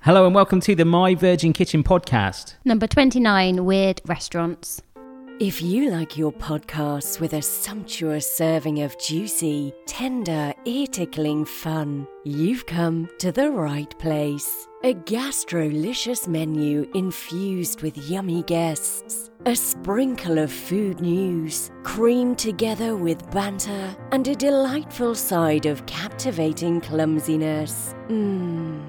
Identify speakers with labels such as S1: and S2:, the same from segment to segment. S1: Hello and welcome to the My Virgin Kitchen podcast.
S2: Number 29, Weird Restaurants.
S3: If you like your podcasts with a sumptuous serving of juicy, tender, ear tickling fun, you've come to the right place. A gastrolicious menu infused with yummy guests, a sprinkle of food news, creamed together with banter, and a delightful side of captivating clumsiness. Mmm.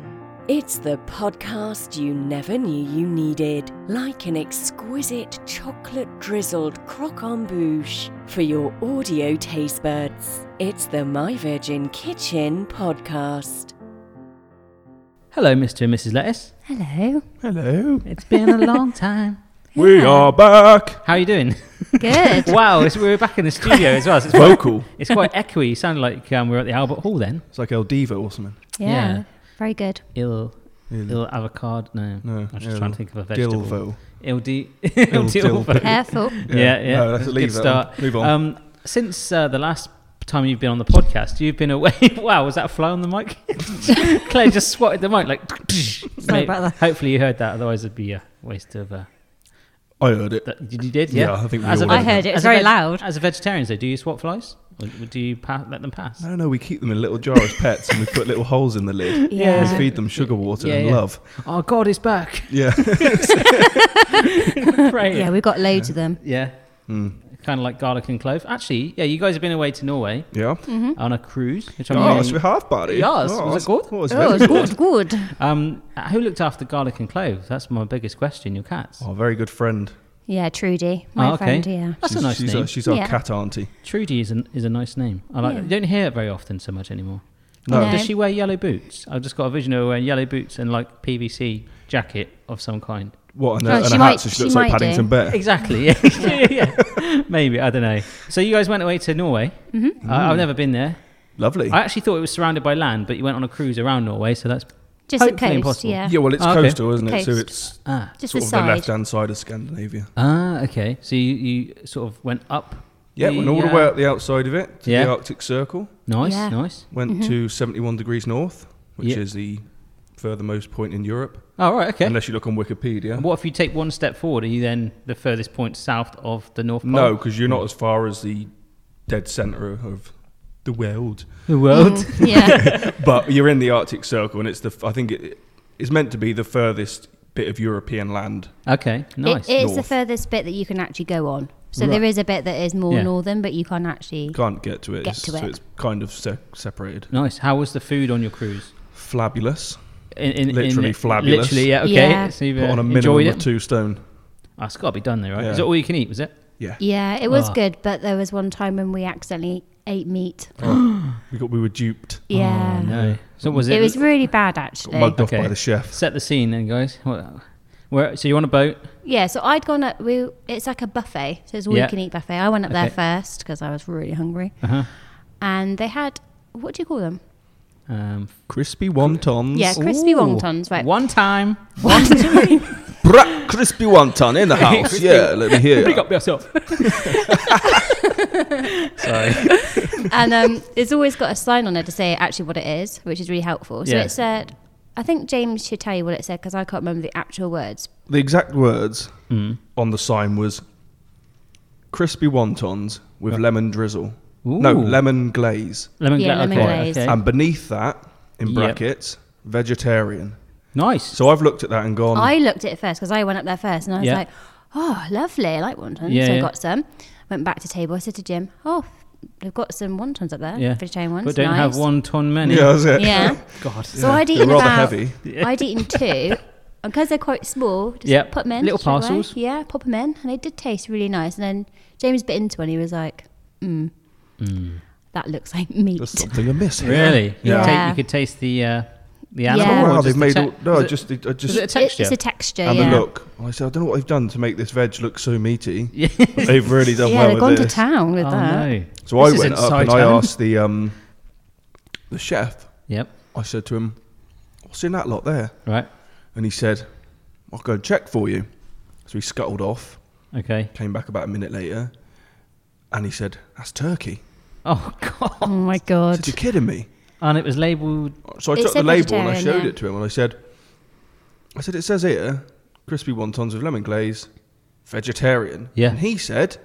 S3: It's the podcast you never knew you needed, like an exquisite chocolate drizzled croque en bouche for your audio taste buds. It's the My Virgin Kitchen podcast.
S1: Hello, Mr. and Mrs. Lettuce.
S2: Hello.
S4: Hello.
S1: It's been a long time.
S4: We
S2: Yeah.
S4: are back.
S1: How are you doing?
S2: Good.
S1: wow, it's, we're back in the studio as well. so it's, quite,
S4: Vocal.
S1: it's quite echoey. You sound like um, we're at the Albert Hall then.
S4: It's like El Divo or something.
S2: yeah.
S1: Yeah.
S2: Very good.
S1: Ill,
S4: Il-
S1: ill avocado. No, I
S4: No,
S1: was just
S4: il-
S1: trying to think of a vegetable.
S4: Dilvo.
S1: Il di. Il
S4: dilvo.
S1: dilvo.
S2: Careful.
S1: Yeah, yeah.
S4: No, let's
S1: that's a
S4: leave
S1: good
S4: that
S1: start.
S4: one. Move on.
S1: Um, since uh, the last time you've been on the podcast, you've been away. wow, was that a fly on the mic? Claire just swatted the mic like. Mate,
S2: about that.
S1: Hopefully you heard that. Otherwise, it'd be a waste of. Uh,
S4: I heard it.
S1: that, you you did, yeah.
S4: Yeah, I think we
S1: As
S4: all
S1: a-
S4: did. I
S2: heard it. It was
S1: as a
S2: very
S1: veg-
S2: loud.
S1: As a vegetarian, though, do you swat flies? Or do you pa- let them pass?
S4: No, no, we keep them in a little jar as pets and we put little holes in the lid.
S2: Yeah.
S4: We feed them sugar water
S1: Yeah,
S4: and
S1: yeah.
S4: love.
S1: Oh God, it's back!
S4: Yeah.
S1: Great.
S2: Yeah,
S1: yeah,
S2: we've got loads of them.
S4: Mm.
S1: kind of like garlic and clove. Actually, yeah, you guys have been away to Norway
S4: Yeah.
S2: Hmm?
S1: on a cruise. Which I'm
S4: Oh,
S1: really-
S4: it's a half party.
S1: Yes,
S4: Oh,
S1: was it good?
S4: What was
S2: Oh,
S4: very
S2: it's
S4: good.
S2: good, good.
S1: um, who looked after garlic and clove? That's my biggest question. Your cats.
S4: Oh, very good friend.
S2: Yeah, Trudy, my
S1: Oh, okay.
S2: friend, yeah.
S1: That's
S4: she's,
S1: a nice
S4: she's
S1: name.
S4: Our, she's our
S2: Yeah.
S4: cat auntie.
S1: Trudy is, an, is a nice name. I like.
S2: Yeah.
S1: You don't hear it very often so much anymore.
S4: No.
S2: No.
S1: Does she wear yellow boots? I've just got a vision of her wearing yellow boots and like PVC jacket of some kind.
S4: What, and
S2: Oh,
S4: a, and
S2: she
S4: a
S2: might-
S4: hat, so she
S2: she
S4: looks like
S2: might do.
S4: Paddington Bear.
S1: Exactly. Yeah. yeah. Maybe I don't know. So you guys went away to Norway. Mm-hmm. I, I've never been there.
S4: Lovely.
S1: I actually thought it was surrounded by land, but you went on a cruise around Norway, so that's
S2: Just
S1: Hopefully
S2: a coast,
S1: impossible.
S2: yeah.
S4: yeah, well, it's
S1: Oh, okay.
S4: coastal, isn't it? So
S2: Coast.
S4: it's
S1: ah
S2: Just
S4: sort
S2: the
S4: of the
S2: side.
S4: left hand side of Scandinavia.
S1: ah okay. So you, you sort of went up.
S4: Yeah, went all
S1: uh,
S4: the way up the outside of it to
S1: Yeah.
S4: the Arctic Circle.
S1: Nice,
S2: Yeah.
S1: nice.
S4: Went
S2: Mm-hmm.
S4: to 71 degrees north, which
S1: Yeah.
S4: is the furthermost point in Europe,
S1: All Oh, right, okay.
S4: unless you look on Wikipedia.
S1: And what if you take one step forward? Are you then the furthest point south of the North Pole?
S4: No, because you're not as far as the dead centre of the world,
S1: the world.
S2: Mm, yeah.
S4: but you're in the Arctic Circle, and it's the f- I think it, it's meant to be the furthest bit of European land.
S1: Okay, nice.
S2: It is the
S4: North.
S2: furthest bit that you can actually go on. So
S1: Right.
S2: there is a bit that is more
S1: Yeah.
S2: northern, but you can't actually.
S4: Can't get to it,
S2: Get
S4: it's-
S2: to
S4: so
S2: it.
S4: it's kind of se- separated.
S1: nice. How was the food on your cruise?
S4: Flabulous.
S1: In, in,
S4: Literally flabulous.
S1: Literally, yeah. Okay.
S2: Yeah.
S1: So you've
S4: Put
S1: uh,
S4: on a
S1: enjoyed
S4: minimum
S1: it.
S4: of two stone.
S1: Oh, it's got to be done, though, right? Is
S4: Yeah.
S1: it all you can eat? Was it?
S4: Yeah,
S2: Yeah, it was
S1: Ah.
S2: good, but there was one time when we accidentally ate meat.
S4: we got we were duped,
S2: Yeah.
S1: Oh, No. So was it?
S2: It was really bad,
S4: got
S2: actually.
S4: mugged off
S1: Okay.
S4: by the chef.
S1: Set the scene, then, guys. What- Where? So you're on a boat.
S2: Yeah, so I'd gone up. We it's like a buffet, so it's all
S1: Yeah.
S2: you can eat buffet. I went up
S1: Okay.
S2: there first because I was really hungry,
S1: Uh-huh.
S2: and they had what do you call them?
S1: Um,
S4: Crispy wontons.
S2: Yeah, crispy
S1: Mm, ooh,
S2: wontons, right?
S1: One time.
S4: Brat crispy wonton in the house. yeah, let me hear.
S1: Pick up yourself. Sorry.
S2: and um, it's always got a sign on there to say actually what it is, which is really helpful. So
S1: Yeah.
S2: it said, I think James should tell you what it said because I can't remember the actual words.
S4: The exact words on the sign was crispy wontons with lemon drizzle. No,
S1: Ooh.
S4: lemon glaze.
S1: Lemon,
S2: Yeah, lemon
S1: okay,
S2: glaze.
S1: okay.
S4: And beneath that, in
S1: Yep.
S4: brackets, vegetarian.
S1: nice.
S4: So I've looked at that and gone,
S2: I looked at it first because I went up there first, and I was
S1: Um. Yeah.
S2: like, oh, lovely, I like wontons.
S1: Yeah,
S2: so
S1: yeah.
S2: I got some. Went back to table. I said to Jim, oh, they've got some wontons up there,
S1: yeah.
S2: vegetarian ones.
S1: But don't
S2: nice.
S1: have one ton many.
S4: yeah, that's it.
S2: Yeah.
S1: God.
S2: So I'd
S4: They're
S2: eaten
S4: rather
S2: about.
S4: heavy.
S2: I'd eaten two. And because they're quite small, just
S1: Yep.
S2: put them in.
S1: Little
S2: straight away.
S1: parcels.
S2: Yeah, pop them in. And they did taste really nice. And then James bit into one. He was like, mm,
S1: Hmm.
S2: that looks like meat.
S4: There's something amiss here.
S1: Really? You,
S2: Yeah.
S1: could take,
S2: Yeah.
S1: you could taste the uh, the
S2: Yeah.
S1: animal.
S4: Oh,
S1: or
S4: wow,
S1: just
S4: they've
S1: the
S4: made
S1: te-
S4: all. No,
S1: was
S4: I
S1: it-
S4: just, I
S1: was
S4: just,
S1: it a
S2: It-
S1: texture?
S2: It's a texture,
S4: and
S2: yeah.
S4: the look. I said, I don't know what they've done to make this veg look so meaty.
S1: Yeah.
S4: but they've really done
S2: yeah,
S4: well
S2: they've
S4: with
S2: gone to
S4: this.
S2: town with
S1: oh
S2: that.
S1: no.
S4: So
S1: This
S4: I
S1: is
S4: went up
S1: inside
S4: and I
S1: town.
S4: asked the um, the chef.
S1: Yep.
S4: I said to him, "What's in that lot there?"
S1: Right.
S4: And he said, I'll go and check for you. So he scuttled off,
S1: Okay.
S4: came back about a minute later, and he said, That's turkey.
S1: Oh god.
S2: Oh my
S4: I
S2: god.
S4: said, You're kidding me.
S1: And it was labelled.
S4: So I
S2: It
S4: took the
S2: said
S4: label and I
S2: vegetarian,
S4: showed
S2: yeah.
S4: it to him, and I said, I said, it says here, crispy wontons with lemon glaze, vegetarian.
S1: Yeah.
S4: And he said,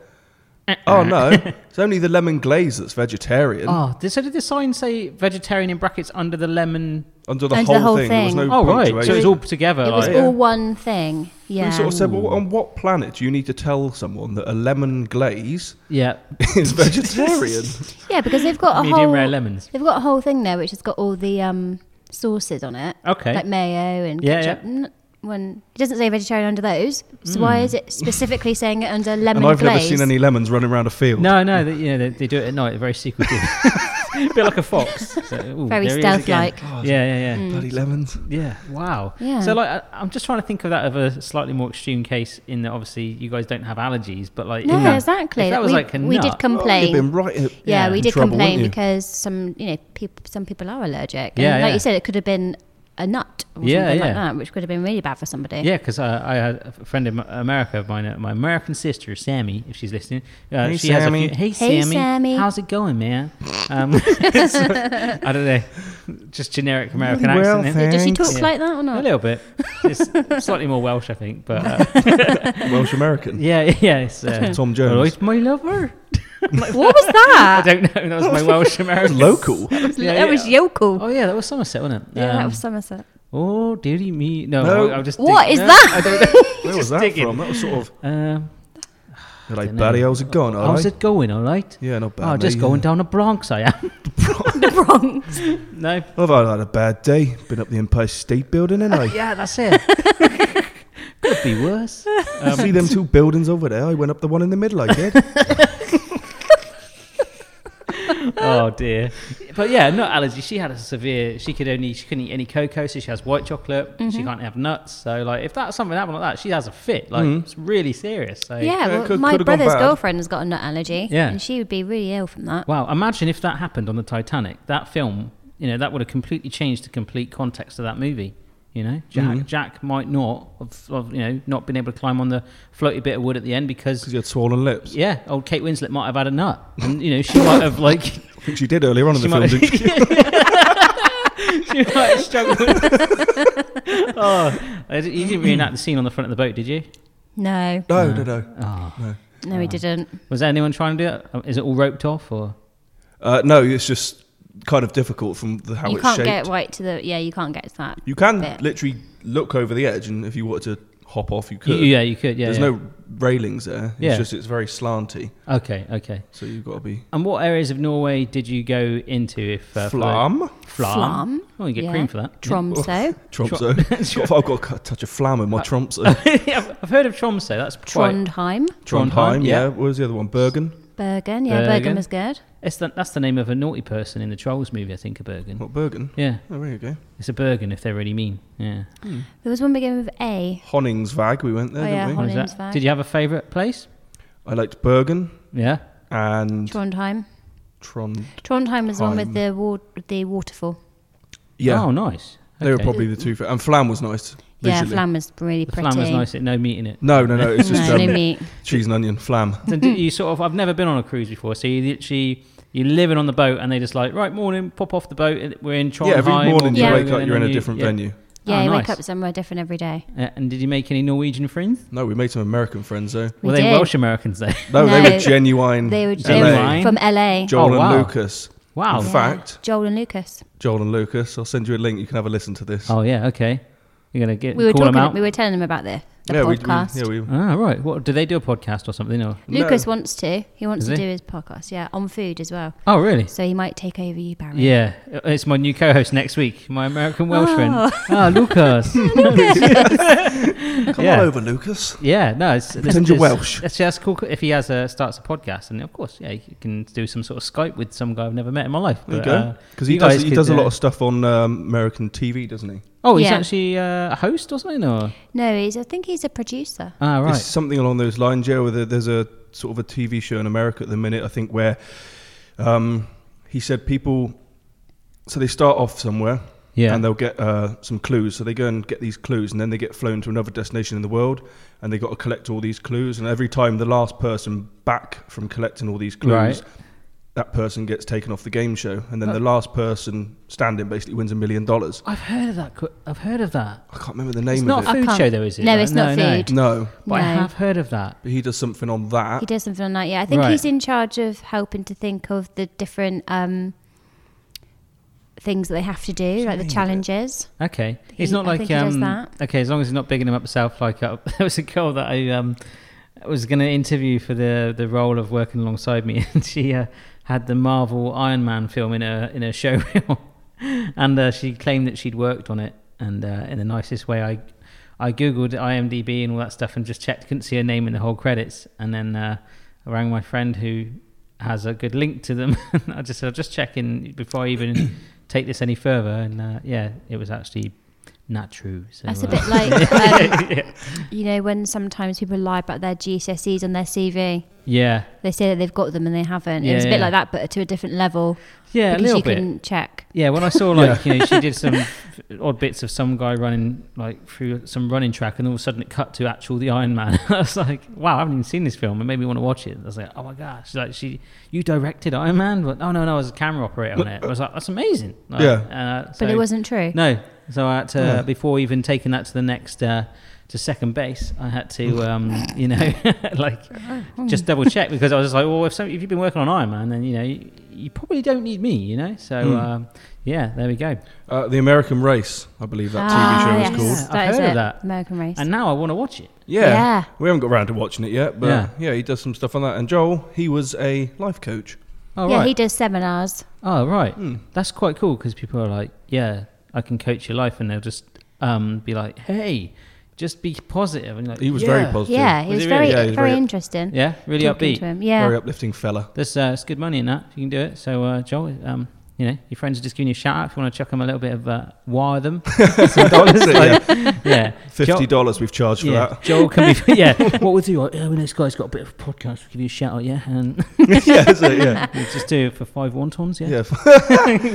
S4: oh no, it's only the lemon glaze that's vegetarian.
S1: Oh, did, so did the sign say vegetarian in brackets under the lemon?
S4: Under the,
S2: Under
S4: whole,
S2: the whole
S4: thing, there was
S2: thing.
S4: no
S1: Oh, right.
S4: punctuation.
S1: So it was all together.
S2: it was
S1: like-
S4: yeah.
S2: all one thing. Yeah.
S4: We sort of said, well, on what planet do you need to tell someone that a lemon glaze
S1: yeah.
S4: is vegetarian?
S2: yeah, because they've got a
S1: Medium
S2: whole
S1: rare lemons.
S2: They've got a whole thing there which has got all the um, sauces on it.
S1: Okay.
S2: Like mayo and
S1: Yeah, Hmm.
S2: ketchup. N- When it doesn't say vegetarian under those, so why is it specifically saying it under lemon
S4: and I've never
S2: glaze?
S4: seen any lemons running around a field.
S1: No, no, they, you know, they, they do it at night. They're very secretive. a bit like a fox. So, ooh,
S2: Very
S1: there he is
S2: stealth-like.
S1: again. Oh, Yeah, yeah, yeah.
S4: Bloody lemons.
S1: Mm. Yeah. Wow.
S2: Yeah.
S1: So like, I, I'm just trying to think of that of a slightly more extreme case. In that, obviously, you guys don't have allergies, but like,
S2: No,
S1: in that,
S2: exactly.
S1: If that was
S2: we,
S1: like a
S2: we
S1: nut-
S2: did
S4: Oh, you've
S2: complain.
S4: been right in-
S2: yeah, we
S4: in
S2: did
S4: trouble,
S2: complain
S4: weren't you?
S2: because some you know people some people are allergic. And
S1: Yeah,
S2: like
S1: yeah.
S2: you said, it could have been a nut or
S1: Yeah,
S2: something
S1: yeah.
S2: like that, which could have been really bad for somebody.
S1: Yeah, because I, I had a friend in Ma- America of mine, uh, my American sister, Sammy, if she's listening. Uh,
S4: Hey,
S1: she has a
S4: Sammy.
S1: few- hey,
S2: Hey,
S1: Sammy.
S2: Sammy.
S1: How's it going, man? Um, so, I don't know. Just generic American
S4: Really well,
S1: accent. isn't it?
S2: Does she
S4: Thanks.
S2: talk
S1: Yeah.
S2: like that or
S1: A
S2: not?
S1: little bit. It's slightly more Welsh, I think. But uh,
S4: Welsh American.
S1: yeah, yeah. It's, uh,
S4: Tom Jones.
S1: "Hello, it's my lover.
S2: What was
S1: I
S2: that?
S1: don't know. That was my Welsh American.
S4: Local.
S2: that was,
S1: Yeah,
S2: that
S1: yeah.
S2: was yokel.
S1: Oh yeah, that was Somerset, wasn't it?
S2: yeah, that
S1: Um,
S2: was Somerset.
S1: Oh, dearie me. No,
S4: No.
S1: I, will just.
S2: What
S1: dig-
S2: is
S1: no,
S2: that?
S1: I don't know.
S4: Where was
S1: Just
S4: that
S1: digging.
S4: from? That was sort of
S1: Um,
S4: they're like,
S1: dunno.
S4: buddy, how's it going? All
S1: how's
S4: right?
S1: it going? All right.
S4: Yeah, not bad.
S1: Oh, just
S4: mate,
S1: going
S4: yeah.
S1: down the Bronx, I am.
S2: the Bronx.
S1: no.
S4: I've had had a bad day. Been up the Empire State Building, and I
S1: Yeah, that's it. Could be worse.
S4: see them two buildings over there. I went up the one in the middle. I did.
S1: Oh dear. But yeah, nut allergy. She had a severe. She could only. She couldn't eat any cocoa, so she has white chocolate. She can't have nuts. So like, if that's something happened like that, she has a fit. Like, it's really serious. So
S2: Yeah, well,
S4: could-
S2: my
S4: could've gone
S2: brother's
S4: bad.
S2: girlfriend has got a nut allergy.
S1: Yeah.
S2: And she would be really ill from that.
S1: Wow, imagine if that happened on the Titanic. That film, you know, that would have completely changed the complete context of that movie. You know, Jack, Jack might not have, have, you know, not been able to climb on the floaty bit of wood at the end because,
S4: you had swollen lips,
S1: yeah, old Kate Winslet might have had a nut. And, you know, she might have, like, she
S4: which you did earlier on in the film.
S1: might have,
S4: didn't you?
S1: she might have struggled. oh, I didn't- you didn't reenact the scene on the front of the boat, did you?
S2: No,
S4: No, no, no.
S2: no, he
S1: Uh,
S2: didn't.
S1: Was anyone trying to do it? Uh, Is it all roped off or?
S4: Uh, no, it's just kind of difficult from the, how
S2: you
S4: it's
S2: can't
S4: shaped.
S2: get right to the. Yeah, you can't get to that.
S4: you can
S2: bit.
S4: literally look over the edge, and if you wanted to hop off, you
S1: You-
S4: could.
S1: yeah, you could. Yeah.
S4: There's
S1: yeah.
S4: no railings there. It's
S1: Yeah.
S4: just it's very slanty,
S1: Okay. Okay.
S4: so you've got to be
S1: And what areas of Norway did you go into? If uh, for-
S4: flam.
S1: Flam.
S2: Flam.
S1: Oh, you get
S2: Yeah.
S1: cream for that.
S2: Tromso.
S4: Tromso. I've got- I've got a touch of flam
S1: Uh,
S4: in my Tromso.
S1: yeah, I've- I've heard of Tromso. That's quite.
S2: Trondheim.
S4: Trondheim, yeah.
S1: yeah.
S4: Where's the other one? Bergen.
S2: Bergen. Yeah,
S1: Bergen.
S2: Bergen was good.
S1: It's the, that's the name of a naughty person in the Trolls movie, I think, a Bergen.
S4: Not Bergen.
S1: Yeah,
S4: Oh, there you go.
S1: it's a Bergen if they're really mean. Yeah.
S2: There was one beginning with A.
S4: Honningsvag, we went there,
S2: Oh,
S4: didn't
S2: yeah,
S4: we?
S2: Hon-
S1: What is that?
S2: Honningsvag.
S1: Did you have a favourite place?
S4: I liked Bergen
S1: Yeah.
S4: and
S2: Trondheim.
S4: Trond.
S2: Trondheim was the one with
S4: Heim.
S2: the wa- the waterfall.
S4: Yeah,
S1: Oh, nice.
S4: they were
S1: Okay.
S4: probably the two. fa- And Flam was nice.
S2: Yeah,
S4: visually.
S2: Flam was really
S1: The
S2: pretty.
S1: flam was nice. It no meat in it.
S4: No, no, no. It's
S2: No,
S4: just
S2: no
S4: um,
S2: meat.
S4: cheese and onion. Flam.
S1: So do
S2: Mm-hmm.
S1: you sort of. I've never been on a cruise before, so you literally you're living on the boat, and they just like right morning, pop off the boat, and we're in Trondheim.
S4: yeah, every morning
S1: or
S4: you
S2: Yeah.
S4: wake up,
S1: Bergen,
S4: you're in
S1: and
S4: a
S1: you-
S4: different
S1: yeah.
S4: venue.
S2: Yeah,
S1: Oh,
S2: you
S1: nice.
S2: wake up somewhere different every day.
S1: Uh, and did you make any Norwegian friends?
S4: No, we made some American friends though.
S2: We
S1: were they
S2: did.
S1: Welsh Americans though?
S4: No, they were
S2: No.
S4: genuine.
S2: They were they were
S1: Genuine.
S2: from LA.
S4: Joel
S1: Oh,
S4: and
S1: wow.
S4: Lucas.
S1: wow.
S4: In fact,
S2: Joel and Lucas.
S4: Joel and Lucas. I'll send you a link. You can have a listen to this.
S1: Oh yeah. Okay. You're gonna get
S2: We were
S1: call them
S2: talking.
S1: out.
S2: We were telling them about the, the
S4: yeah, we-
S2: podcast.
S4: We, yeah, we.
S1: Ah, right. What do they do a podcast or something? Or
S4: No.
S2: Lucas wants to. He wants
S1: Does
S2: to
S1: he?
S2: do his podcast. Yeah, on food as well.
S1: oh, really?
S2: So he might take over you, Barry.
S1: Yeah, Uh, it's my new co-host next week. My American Welsh
S2: Oh.
S1: friend. Ah, Lucas.
S4: Come
S1: Yeah.
S4: on over, Lucas.
S1: yeah, no, it's, this,
S4: Pretend you're
S1: this-
S4: Welsh.
S1: That's that's cool. If he has a starts a podcast, and of course, yeah, you can do some sort of Skype with some guy I've never met in my life.
S4: There you
S1: But,
S4: go.
S1: uh,
S4: Because he
S1: you
S4: does,
S1: guys
S4: he
S1: could,
S4: does a
S1: uh,
S4: lot of stuff on um, American TV, doesn't he?
S1: Oh, he's
S2: Yeah.
S1: actually uh, a host or something, or
S2: No, he's. I think he's a producer.
S1: ah,
S4: It's
S1: right.
S4: something along those lines, yeah. Where there- there's a sort of a TV show in America at the minute, I think, where um, he said people, so they start off somewhere,
S1: Yeah.
S4: and they'll get uh, some clues. So they go and get these clues, and then they get flown to another destination in the world, and they got to collect all these clues. And every time the last person back from collecting all these clues,
S1: Right. Uh.
S4: that person gets taken off the game show, and then the last person standing basically wins a million dollars.
S1: I've heard of that. qu- I've heard of that.
S4: I can't remember the name
S1: It's
S4: of
S1: not
S4: it.
S1: a food
S2: can't-
S1: show though, is it?
S2: No,
S1: though?
S2: it's not
S1: no.
S2: food.
S4: no,
S1: But I
S2: No.
S1: have heard of that.
S4: but he does something on that.
S2: He does something on that, yeah. I think
S1: Uh, Right.
S2: he's in charge of helping to think of the different um, things that they have to do, like the challenges.
S1: Okay,
S2: He-
S1: it's not
S2: I
S1: like
S2: think he
S1: um.
S2: does that.
S1: Okay, as long as he's not bigging him up himself. Like uh, there was a girl that I um was going to interview for the the role of working alongside me, and she uh, had the Marvel Iron Man film in her in her showreel, and uh, she claimed that she'd worked on it, and uh, in the nicest way, I I googled IMDb and all that stuff and just checked, couldn't see her name in the whole credits, and then uh, I rang my friend who has a good link to them. and I just said, I'll just check in before I even take this any further. And uh, yeah, it was actually not true. So,
S2: That's a
S1: uh,
S2: bit like, um, you know, when sometimes people lie about their GCSEs on their CV.
S1: yeah,
S2: They say that they've got them and they haven't.
S1: Yeah,
S2: it's a
S1: yeah.
S2: bit like that, but to a different level
S1: yeah, a
S2: because
S1: little
S2: you
S1: bit.
S2: couldn't check.
S1: Yeah, when I saw like you know she did some odd bits of some guy running like through some running track, and all of a sudden it cut to actual the Iron Man. I was like, wow, I haven't even seen this film. It made me want to watch it. I was like, oh my gosh, like she you directed Iron Man? But no, no, no, I was a camera operator on it. I was like, that's amazing. Like,
S4: Yeah.
S1: uh,
S2: But it
S1: so-
S2: wasn't true.
S1: No, so I had to
S4: Yeah.
S1: before even taking that to the next. Uh, to second base, I had to, um, you know, like just double check because I was just like, well, if, some, if you've been working on Iron Man, then you know, you, you probably don't need me, you know. So um, yeah, there we go.
S4: Uh, the American Race, I believe that TV
S2: Ah,
S4: show
S2: yes.
S4: is called.
S1: Yeah, I've
S2: is
S1: heard of
S2: it.
S1: that.
S2: American Race.
S1: And now I want to watch it.
S4: Yeah.
S2: Yeah.
S4: we haven't got around to watching it yet, but
S1: Yeah.
S4: yeah. he does some stuff on that. And Joel, he was a life coach.
S1: Oh
S2: yeah,
S1: right.
S2: he Hmm. does seminars.
S1: oh right. That's quite cool because people are like, yeah, I can coach your life, and they'll just um, be like, hey, just be positive, and you're like
S4: He was
S1: yeah.
S4: very positive,
S2: Yeah, he
S1: Was
S2: was,
S1: he
S2: very,
S1: really?
S4: Yeah, he was
S2: very
S4: very-
S2: interesting.
S1: Yeah, really
S2: talking
S1: upbeat.
S2: to him. Yeah.
S4: very uplifting fella.
S1: There's uh, it's good money in that if you can do it. So uh, Joel, um, you know, your friends are just giving you a shout out if you want to chuck them a little bit of uh, wire them. yeah,
S4: Fifty
S1: Joel-
S4: dollars we've charged for
S1: Yeah,
S4: that.
S1: Joel can be. Yeah, what we'll do? Like, oh, this guy's got a bit of a podcast. We'll give you a shout out. Yeah, and
S4: yeah, so, yeah,
S1: we'll just do it for five wontons. Yeah,
S4: yeah.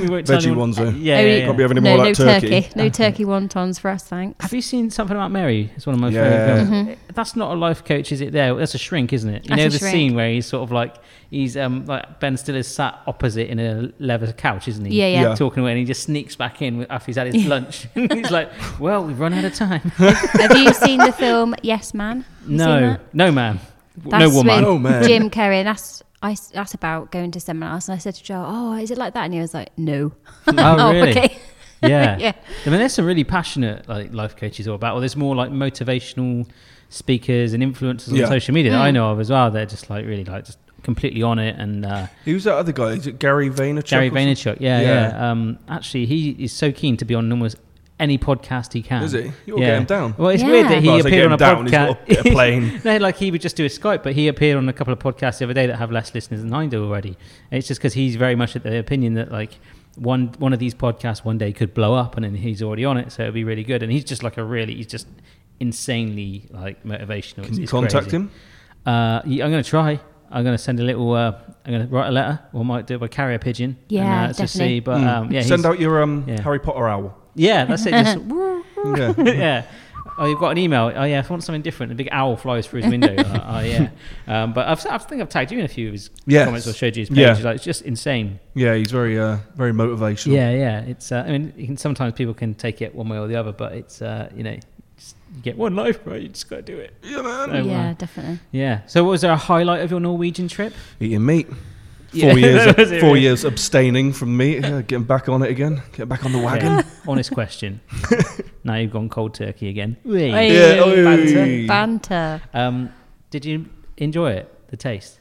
S1: we won't tell
S4: Veggie
S1: anyone-
S4: ones, eh?
S1: Yeah,
S2: Only-
S1: yeah, yeah.
S4: Can't be having any
S2: no,
S4: more
S2: no
S4: like turkey.
S2: No turkey wontons for us, thanks.
S1: Have you seen something about Mary? It's one of my
S4: Yeah.
S1: favorite films. That's not a life coach, is it? There, that's a shrink, isn't it? You
S2: Mm-hmm. That's
S1: know
S2: a
S1: the
S2: shrink.
S1: scene where he's sort of like he's um like Ben Stiller's sat opposite in a leather couch, isn't he?
S2: Yeah, yeah.
S4: Yeah.
S1: Talking away, and he just sneaks back in with- after he's had his lunch, and he's like, "Well, we've run out of time."
S2: Have you seen the film Yes Man? Have you seen
S1: no,
S2: that?
S1: no, man,
S2: That's
S1: no woman.
S2: with
S4: Oh, man.
S2: Jim Carrey. And that's I s that's about going to seminars. And I said to Joel, "Oh, is it like that?" And he was like, "No."
S1: Oh, really?
S2: okay.
S1: yeah.
S2: Yeah.
S1: I mean, there's some really passionate like life coaches all about, or there's more like motivational speakers and influencers
S4: Yeah.
S1: on social media that
S2: Mm.
S1: I know of as well. They're just like really like just completely on it and uh,
S4: Who's that other guy? Is it Gary Vaynerchuk?
S1: Gary
S4: or something?
S1: Vaynerchuk. Yeah, yeah.
S4: Yeah.
S1: Um, actually, he is so keen to be on almost any podcast he can.
S4: Is he? You'll get him down.
S1: Well, it's
S2: Yeah.
S1: weird that he
S4: Well, I say
S1: appeared
S4: get
S1: on a
S4: him down, he's
S1: podcast.
S4: gotta get a plane.
S1: no, like he would just do a Skype, but he appeared on a couple of podcasts the other day that have less listeners than I do already. And it's just because he's very much at the opinion that like one one of these podcasts one day could blow up, and then he's already on it, so it'd be really good. And he's just like a really, he's just insanely like motivational.
S4: Can
S1: It's-
S4: you
S1: it's
S4: contact
S1: crazy.
S4: him?
S1: Uh, yeah, I'm going to try. I'm going to send a little. Uh, I'm going to write a letter, or might do it by carrier pigeon.
S2: Yeah,
S1: and, uh, to
S2: definitely.
S1: see. But um, yeah,
S4: Hmm. Mm. Send
S1: he's-
S4: out your um,
S1: Yeah.
S4: Harry Potter owl.
S1: yeah, that's it. Just,
S4: Yeah.
S1: yeah. Oh, you've got an email. Oh yeah, if I want something different, a big owl flies through his window. Like, oh yeah. Um, but I've, I think I've tagged you in a few of his
S4: Yes.
S1: comments or showed you his page.
S4: Yeah.
S1: Like, it's just insane.
S4: yeah, he's very uh, very motivational.
S1: Yeah, yeah. It's. Uh, I mean, you can, sometimes people can take it one way or the other, but it's. Uh, you know, just, you get one life, right? You just got to do it.
S4: Yeah, man.
S1: Oh,
S2: yeah,
S1: wow.
S2: definitely.
S1: Yeah. So, what was there a highlight of your Norwegian trip?
S4: Eating meat.
S1: Yeah,
S4: Four years,
S1: that was it,
S4: four
S1: really.
S4: years abstaining from meat. Yeah, getting back on it again. Getting back on the wagon.
S1: Yeah. Honest question. now you've gone cold turkey again.
S2: Hey, banter.
S4: oi.
S2: banter.
S1: Um, did you enjoy it? The taste?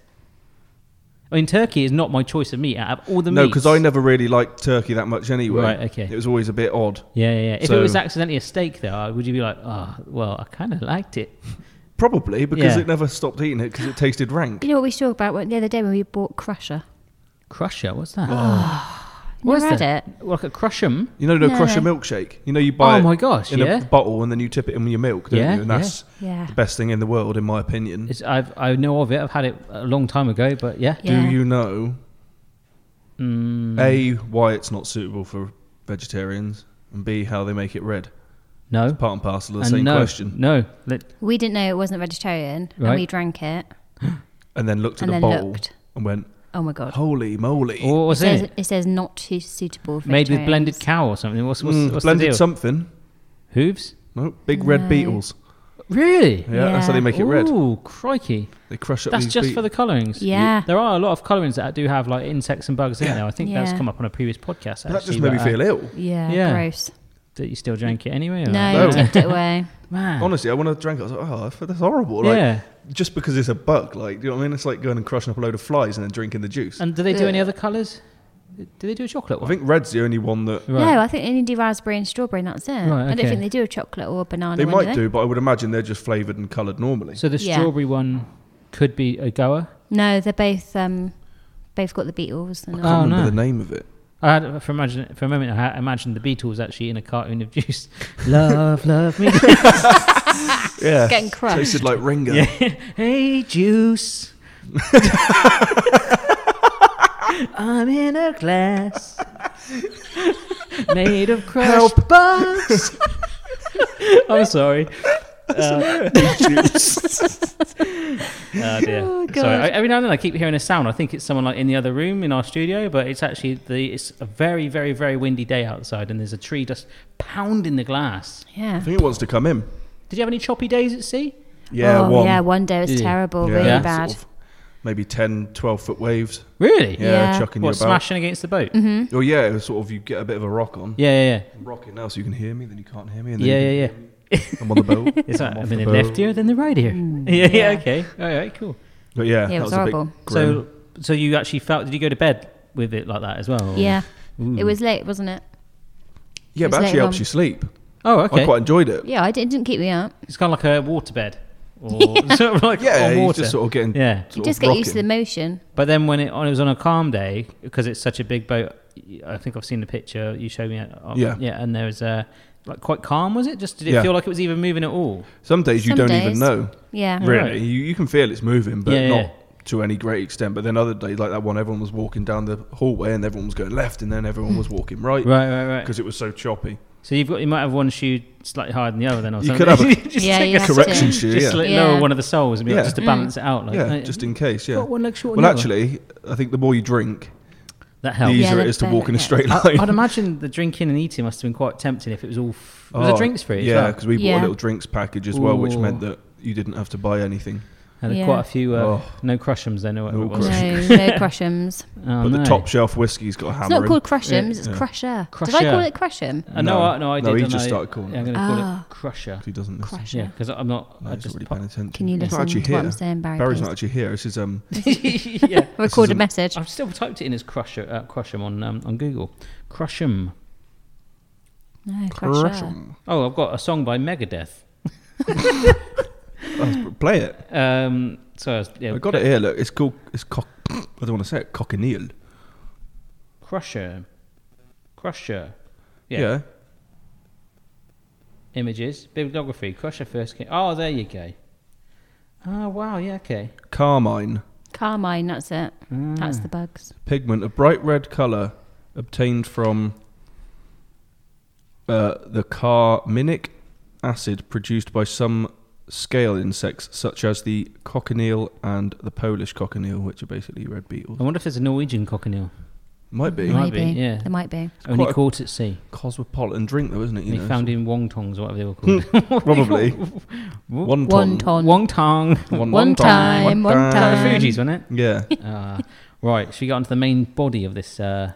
S1: I mean, turkey is not my choice of meat out of all the
S4: No,
S1: meats.
S4: because I never really liked turkey that much anyway.
S1: Right, okay.
S4: It was always a bit odd.
S1: Yeah, yeah. yeah. If it
S4: So-
S1: was accidentally a steak, though, I- would you be like, oh, well, I kind of liked it?
S4: Probably because
S1: Yeah.
S4: it never stopped eating it because it tasted rank.
S2: You know what we talked about when- the other day when we bought Crusher?
S1: Crusher, what's that?
S4: Oh.
S2: Never
S1: is
S2: had
S1: that?
S2: it.
S1: Like a crushum?
S4: You know, the
S2: No.
S4: crusher milkshake. You know, you buy
S1: Oh
S4: it
S1: my gosh,
S4: in
S1: yeah.
S4: a bottle and then you tip it in with your milk, don't
S1: Yeah,
S4: you? And
S1: yeah.
S4: that's
S2: Yeah.
S4: the best thing in the world, in my opinion.
S1: It's, I've, I know of it. I've had it a long time ago, but yeah. Hmm.
S2: Yeah.
S4: Do you know a why it's not suitable for vegetarians and b how they make it red?
S1: No.
S4: Part and parcel of the
S1: And
S4: same
S1: no.
S4: question.
S1: No. Let-
S2: We didn't know it wasn't vegetarian, and
S1: Right.
S2: we drank it.
S4: And then looked at
S2: And
S4: the
S2: then
S4: bottle
S2: looked.
S4: and went,
S2: Oh my god.
S4: Holy moly!
S1: Or
S2: It
S1: was
S2: says,
S1: it
S2: it says not too suitable for
S1: made with blended
S2: vegetarians.
S1: cow or something? What's, what's,
S4: Mm,
S1: what's the
S4: blended
S1: deal?
S4: something.
S1: Hooves?
S4: No, big red
S2: No.
S4: beetles.
S1: Really?
S4: Yeah, that's how
S2: Yeah.
S4: they make it red.
S1: Ooh, crikey!
S4: They crush up
S1: That's
S4: these
S1: just
S4: beet-
S1: for the colorings.
S2: Yeah.
S1: there are a lot of colorings that do have like insects and bugs in
S4: Yeah.
S1: there. I think
S2: Yeah.
S1: that's come up on a previous podcast.
S4: That
S1: actually,
S4: just made me
S1: but, uh,
S4: feel ill.
S2: Yeah,
S1: Yeah.
S2: gross.
S1: That you still drank it anyway? or-
S2: No,
S4: No.
S2: you tipped it away.
S1: man.
S4: Honestly, I when I drank it, I was like, oh, that's- that's horrible. Like,
S1: Ah. yeah.
S4: Just because it's a bug, like, do you know what I mean? It's like going and crushing up a load of flies and then drinking the juice.
S1: And do they do any
S2: Ugh.
S1: other colours? Do they do a chocolate
S4: I
S1: one?
S4: think red's the only one that
S2: No, I think they only do raspberry and strawberry, and that's it.
S1: Right,
S2: I don't
S1: okay.
S2: think they do a chocolate or a banana.
S4: they
S2: one,
S4: might
S2: do.
S4: do, but I would imagine they're just flavoured and coloured normally.
S1: So the
S2: Yeah.
S1: strawberry one could be a goer.
S2: they? No, they're both um, both got the Beatles.
S4: I
S2: And
S4: can't
S1: Oh,
S4: remember
S1: no.
S4: the name of it.
S1: I had, for, imagine, for a moment, I had imagined the Beatles actually in a cartoon of juice. love, love me.
S4: Yeah.
S2: Getting crushed.
S4: Tasted like Ringo.
S1: Yeah. hey, juice. I'm in a glass made of crushed bugs. I'm sorry. Uh, oh dear. Sorry. I, every now and then I keep hearing a sound. I think it's someone like in the other room in our studio, but it's actually the it's a very very very windy day outside, and there's a tree just pounding the glass.
S4: I
S2: yeah.
S4: think it wants to come in.
S1: Did you have any choppy days at sea?
S4: Yeah,
S2: oh,
S4: one.
S2: yeah. One day was
S1: Yeah.
S2: terrible,
S4: Yeah,
S2: really
S1: Yeah.
S2: bad.
S4: sort of maybe 10, 12 foot waves.
S1: Really? Mm-hmm.
S4: Yeah,
S2: Yeah.
S4: chucking
S1: What
S4: you about.
S1: smashing against the boat?
S4: Oh, yeah, it was sort of you get a bit of a rock on.
S1: Yeah, yeah, yeah.
S4: Rocking now so you can hear me, then you can't hear me. And then
S1: Yeah,
S4: you
S1: yeah, yeah.
S4: can- I'm on the boat.
S1: It's
S4: I'm
S1: like,
S4: off
S1: I mean,
S4: the
S1: the left
S4: boat.
S1: ear, then the right ear. yeah, yeah,
S2: Yeah.
S1: okay. All right, cool.
S4: But yeah,
S2: Yeah, it
S4: that
S2: was
S4: a bit
S2: horrible.
S4: grim.
S1: So, so you actually felt? Did you go to bed with it like that as well? or-
S2: Yeah,
S1: Ooh.
S2: it was late, wasn't it?
S4: yeah,
S2: it
S4: but
S2: was
S4: actually
S2: later
S4: helps
S2: on.
S4: you sleep.
S1: Oh, okay.
S4: I quite enjoyed it.
S2: Yeah, I didn't, didn't keep me up.
S1: it's kind of like a water bed, or sort of like
S4: Yeah,
S1: on
S4: you
S1: water.
S4: just sort of getting.
S1: yeah,
S2: You
S4: sort
S2: just
S4: of
S2: get used to the
S4: rocking.
S2: motion.
S1: but then when it, on, it was on a calm day, because it's such a big boat, I think I've seen the picture you showed me. uh,
S4: Yeah.
S1: yeah, and there was a. Like quite calm was it? Just did it
S4: Yeah.
S1: feel like it was even moving at all?
S4: Some days you
S2: Some
S4: don't even
S2: days.
S4: know.
S2: Yeah.
S1: Right.
S4: Really, you, you can feel it's moving, but
S1: Yeah,
S4: not
S1: yeah.
S4: to any great extent. But then other days, like that one, everyone was walking down the hallway and everyone was going left, and then everyone
S2: Hmm.
S4: was walking right
S1: Right, right, right.
S4: because it was so choppy.
S1: So you've got you might have one shoe slightly higher than the other then, or
S4: You
S1: something.
S4: could have a-
S1: Just
S2: Yeah,
S1: take
S2: you
S1: a
S2: have to-
S4: Correction shoe,
S1: just
S4: yeah,
S1: let
S2: Yeah.
S1: lower one of the soles and be like,
S4: Yeah.
S1: just to balance it out. Like,
S4: yeah,
S1: like,
S4: just in case. Yeah.
S1: got one leg short. than
S4: Well,
S1: the other.
S4: actually, I think the more you drink,
S1: that
S4: the
S1: helps.
S2: Yeah,
S4: easier it
S2: the
S4: is to
S2: better
S4: walk in a
S2: it is.
S4: straight
S1: I,
S4: line.
S1: I'd imagine the drinking and eating must have been quite tempting if it was all. F- was the
S4: Oh,
S1: drinks free? as
S4: Yeah,
S1: well?
S4: because we bought
S2: Yeah.
S4: a little drinks package as well, which
S1: Ooh.
S4: meant that you didn't have to buy anything.
S1: Had
S2: Yeah.
S1: quite a few. Uh,
S4: Oh.
S1: No crushums then, or whatever
S4: No
S1: it was.
S4: Crush.
S2: No, no crushums.
S1: Oh,
S4: but the
S1: no.
S4: top shelf whiskey's got a
S2: It's
S4: hammer.
S2: not
S4: in.
S2: called crushums. It's
S4: Yeah.
S2: crusher. Did I
S1: Crusher.
S2: call it crushum?
S1: Uh, no,
S4: No.
S1: I, no, I
S4: No,
S1: did.
S4: he
S1: didn't
S4: just
S1: I?
S4: started calling
S1: Yeah, I'm going
S4: it.
S1: to call
S2: Ah.
S1: it Crusher.
S4: He doesn't listen.
S2: Crusher.
S1: Yeah, because I'm not.
S4: No,
S1: I
S4: he's
S1: just.
S4: already paying attention.
S2: Can you
S4: He's
S2: listen
S4: not actually
S2: to
S4: here.
S2: what I'm saying, Barry?
S4: Barry's
S2: please?
S4: not actually here. This is um.
S1: yeah,
S2: Record a
S4: isn't-
S2: message.
S1: I've still typed it in as Crusher, uh, Crushum on um, on Google. Crushum.
S2: No, crusher.
S4: Crushing.
S1: Oh, I've got a song by Megadeth.
S4: Oh, play it.
S1: Um, so I, was, yeah,
S4: I got it here. Look, it's called it's cock. I don't want to say it. Cochineal.
S1: Crusher, Crusher,
S4: Yeah.
S1: yeah. Images, bibliography, Crusher first. Came, oh, there you go. Oh wow, yeah, okay.
S4: Carmine
S2: Carmine, that's it. That's
S4: Mm.
S2: the bugs.
S4: pigment, a bright red color obtained from uh, the carminic acid produced by some scale insects, such as the cochineal and the Polish cochineal, which are basically red beetles.
S1: I wonder if there's a Norwegian cochineal.
S4: Might be
S1: Might
S2: Maybe.
S1: be, yeah.
S2: There might be.
S1: Only
S4: quite a-
S1: caught at sea.
S4: cosmopolitan drink, though, isn't it? You
S1: They
S4: know,
S1: found in wontongs, or whatever they were called.
S4: probably one
S2: One
S4: ton.
S2: ton.
S1: Wontong.
S4: One-
S2: One
S4: One time.
S2: time.
S4: One
S2: One
S1: That was
S2: time.
S1: Fuji's, wasn't
S4: Yeah.
S1: it? uh, right, should we get onto the main body of this? Uh,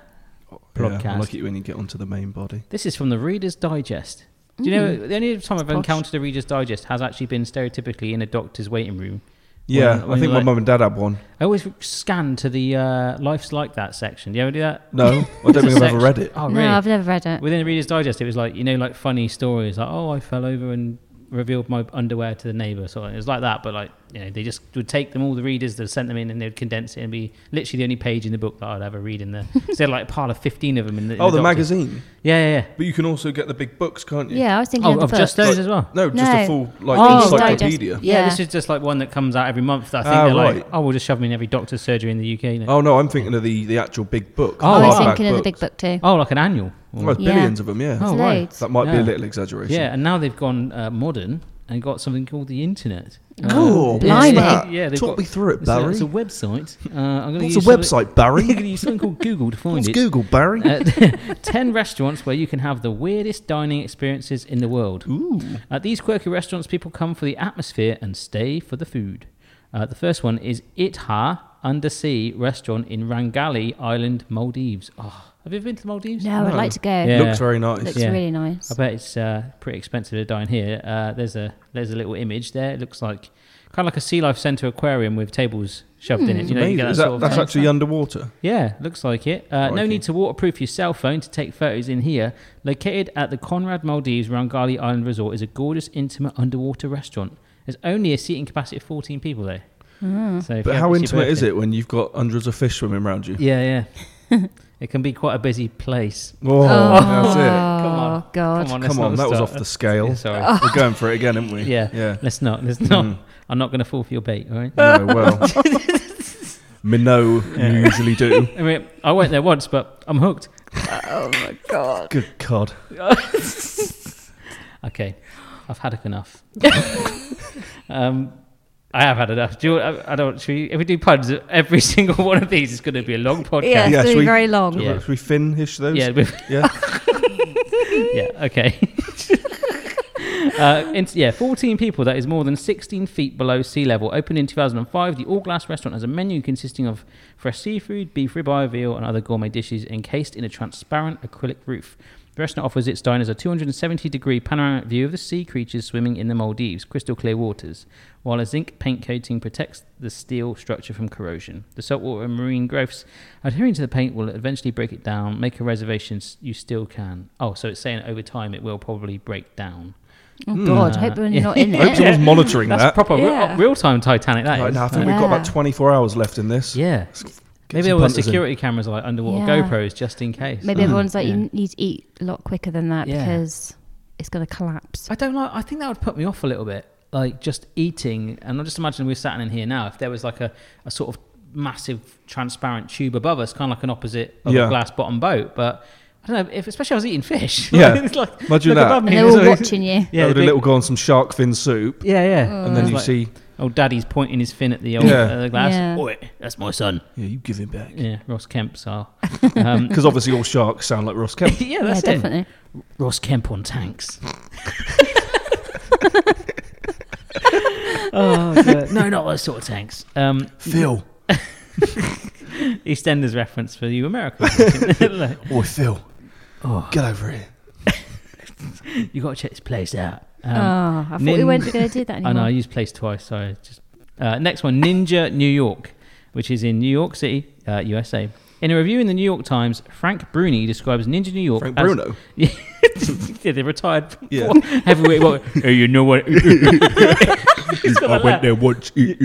S4: Yeah, I
S1: Podcast.
S4: like it when you get onto the main body.
S1: this is from the Reader's Digest. Do you know the only time I've
S2: Mm. posh.
S1: encountered a Reader's Digest has actually been stereotypically in a doctor's waiting room.
S4: Yeah,
S1: When- when
S4: I think
S1: like-
S4: my mum and dad had one.
S1: I always scan to the uh, "Life's Like That" section. Do you ever do that?
S4: No, I don't
S1: It's
S4: think
S1: a
S4: I've ever
S1: section-
S4: read it.
S1: Oh,
S2: no,
S1: really?
S2: I've never read it.
S1: Within the Reader's Digest, it was like you know, like funny stories, like "Oh, I fell over and revealed my underwear to the neighbour." So it was like that, but like you know, they just would take them all the readers that sent them in, and they'd condense it and be literally the only page in the book that I'd ever read in there. so they had like a pile of fifteen of them in the. in
S4: Oh, the
S1: doctor's-
S4: magazine.
S1: Yeah, yeah, yeah.
S4: But you can also get the big books, can't you?
S2: Yeah, I was thinking
S1: Oh,
S2: of the
S1: of
S2: book.
S1: just those as well.
S4: No, just
S2: No.
S4: a full like
S1: Oh,
S4: encyclopedia.
S2: digest.
S1: Yeah,
S2: Yeah.
S1: this is just like one that comes out every month. That I think
S4: Ah,
S1: they're
S4: right.
S1: like, oh, we'll just shove them in every doctor's surgery in the UK. Now.
S4: Oh no, I'm thinking of the, the actual big book.
S1: Oh,
S2: I was
S1: wow.
S4: hardback
S2: thinking of the big
S4: books.
S2: book too.
S1: Oh, like an annual.
S4: Oh, there's
S2: Yeah.
S4: billions of them. Yeah,
S1: Oh,
S2: It's
S1: right.
S2: loads.
S4: that might be
S1: Yeah.
S4: a little exaggeration.
S1: Yeah, and now they've gone uh, modern and got something called the internet. Uh,
S5: Oh,
S1: yeah,
S2: blimey.
S1: yeah, yeah, they've
S5: Talk
S1: got-
S5: me through it,
S1: it's a-
S5: Barry.
S1: It's a website. Uh, I'm gonna
S5: What's a
S1: use something-
S5: website,
S1: I'm going to
S5: Barry?
S1: use something called Google to find
S5: What's
S1: it.
S5: Google, Barry?
S1: Uh, 10 restaurants where you can have the weirdest dining experiences in the world.
S5: Ooh.
S1: At these quirky restaurants, people come for the atmosphere and stay for the food. Uh, the first one is Itha Undersea Restaurant in Rangali Island, Maldives. Oh, have you ever been to the Maldives?
S2: No, I'd
S4: No.
S2: like to go.
S1: Yeah.
S4: Looks very nice.
S2: Looks
S1: Yeah.
S2: really nice.
S1: I bet it's uh, pretty expensive to dine here. Uh, there's a there's a little image there. It looks like kind of like a sea life centre aquarium with tables shoved in it. You know, you
S4: Amazing.
S1: get that
S4: Is
S1: sort
S4: that,
S1: of
S4: that's
S1: thing.
S4: actually underwater.
S1: Yeah, looks like it. Uh, no
S4: Crikey.
S1: need to waterproof your cell phone to take photos in here. Located at the Conrad Maldives Rangali Island Resort is a gorgeous, intimate underwater restaurant. There's only a seating capacity of 14 people there.
S2: Mm.
S1: So if
S4: But
S1: you
S4: how
S1: have- it's your
S4: intimate is
S1: birthday-
S4: it when you've got hundreds of fish swimming around you?
S1: Yeah, yeah. it can be quite a busy place.
S4: Oh, that's
S2: Oh,
S1: Come on.
S2: God.
S1: Come on,
S4: it.
S1: let's
S4: Come on,
S1: not
S4: that was
S1: start-
S4: off the scale.
S1: Yeah, sorry.
S4: We're going for it again, aren't we?
S1: Yeah.
S4: Yeah.
S2: Oh.
S1: Let's not. Let's not.
S4: Hmm.
S1: I'm not going to fall for your bait, all right?
S4: No, well, me know you usually do.
S1: I mean, I went there once, but I'm hooked.
S2: Oh my god.
S4: Good God.
S1: Okay, I've had enough. um, I have had enough. Do you, I, I don't. Should we, if we do puns, every single one of these is going to be a long podcast.
S2: Yeah, it's
S4: Yeah,
S2: gonna
S4: should
S2: be
S4: we-
S2: very long.
S4: Should
S1: Yeah.
S4: we- should we Finn-ish those?
S1: Yeah, we've-
S4: Yeah.
S1: yeah, okay. uh, in, yeah, 14 people, that is more than 16 feet below sea level. Opened in 2005, the All Glass restaurant has a menu consisting of fresh seafood, beef ribeye, veal, and other gourmet dishes encased in a transparent acrylic roof. The restaurant offers its diners a 270 degree panoramic view of the sea creatures swimming in the Maldives' crystal clear waters, while a zinc paint coating protects the steel structure from corrosion. The saltwater and marine growths adhering to the paint will eventually break it down. Make a reservation, s- you still can. Oh, so it's saying over time it will probably break down.
S2: Oh
S4: Hmm.
S2: god,
S1: Uh,
S2: hope we're
S1: yeah.
S2: not in
S4: I hope
S2: it.
S4: someone's monitoring
S1: That's
S4: that.
S1: proper re-
S2: Yeah.
S1: real-time Titanic. That
S4: Right
S1: is.
S4: now, I think we've got about
S2: Yeah.
S4: 24 hours left in this.
S1: yeah.
S4: Get
S1: Maybe
S4: some
S1: all the
S4: punters in. Hmm.
S1: security cameras are like underwater
S2: Yeah.
S1: GoPros just in case.
S2: Maybe everyone's like,
S1: Hmm. Yeah.
S2: you need to eat a lot quicker than that
S1: Yeah.
S2: because it's gonna collapse.
S1: I don't like. I think that would put me off a little bit. Like just eating, and I'm just imagining we're sat in here now. If there was like a, a sort of massive transparent tube above us, kind of like an opposite of
S4: Yeah.
S1: a glass bottom boat, but. I don't know, if, especially I was eating fish.
S4: Yeah.
S1: It's like,
S4: Imagine
S1: look
S4: that.
S1: above me,
S2: And they're
S1: there's
S2: all
S1: a-
S2: watching you.
S1: Yeah,
S4: Yeah, with a
S1: big-
S4: little go on some shark fin soup,
S1: yeah, yeah.
S2: Oh,
S4: and then
S1: It's
S4: you
S1: like,
S4: see,
S1: old daddy's pointing his fin at the old
S4: Yeah.
S1: uh, the glass.
S2: Yeah.
S1: Oi, that's my son.
S4: yeah, you give him back.
S1: Yeah, Ross Kemp style. Um,
S4: Because obviously all sharks sound like Ross Kemp.
S1: yeah,
S2: yeah,
S1: that's it.
S2: definitely.
S1: Ross Kemp on tanks. oh, God. no, not those sort of tanks. Um,
S4: Phil.
S1: EastEnders reference for you Americans.
S4: Oi, Phil.
S1: oh,
S4: Get over here.
S1: you got to check this place out. Um,
S2: oh, I thought we
S1: nin-
S2: weren't going to do that
S1: I
S2: anymore.
S1: know I used place twice. Sorry. Just uh, next one, Ninja New York, which is in New York City, uh, USA. In a review in the New York Times, Frank Bruni describes Ninja New York.
S4: Frank
S1: as-
S4: Bruno.
S1: yeah, they retired
S4: Yeah.
S1: heavyweight. Well, hey, you know what?
S4: I went there once.
S2: He's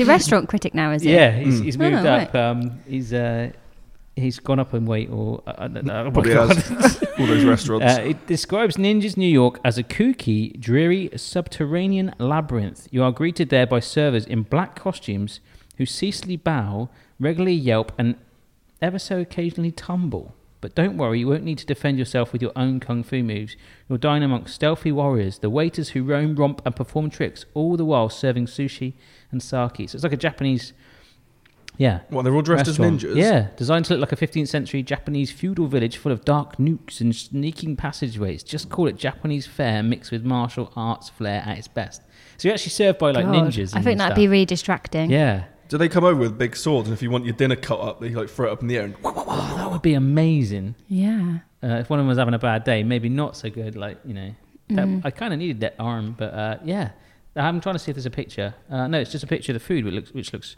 S2: a restaurant critic now, is he?
S1: Yeah, he's, he's moved
S2: Oh,
S1: up. Um, he's uh, he's gone up in weight, or I I don't know. Oh my
S4: Probably
S1: God.
S4: has. all those restaurants.
S1: Uh, it describes Ninjas New York as a kooky, dreary, subterranean labyrinth. You are greeted there by servers in black costumes who ceaselessly bow, regularly yelp, and ever so occasionally tumble. But don't worry, you won't need to defend yourself with your own kung fu moves. You'll dine amongst stealthy warriors, the waiters who roam, romp, and perform tricks, all the while serving sushi and sake. So it's like a Japanese. Yeah.
S4: What, they're all dressed as
S1: Restaurant.
S4: ninjas?
S1: Yeah, designed to look like a 15th century Japanese feudal village full of dark nooks and sneaking passageways. Just call it Japanese fare mixed with martial arts flair at its best. So you're actually served by like
S2: God,
S1: ninjas.
S2: I
S1: and
S2: think that'd
S1: stuff.
S2: be really distracting.
S1: Yeah,
S4: Do they come over with big swords? And if you want your dinner cut up, they like throw it up in the air. And
S1: oh, that would be amazing.
S2: Yeah.
S1: Uh, if one of them was having a bad day, maybe not so good. Like you know, that,
S2: Mm-hmm.
S1: I kind of needed that arm, but uh, yeah, I'm trying to see if there's a picture. Uh, no, it's just a picture of the food, which looks which looks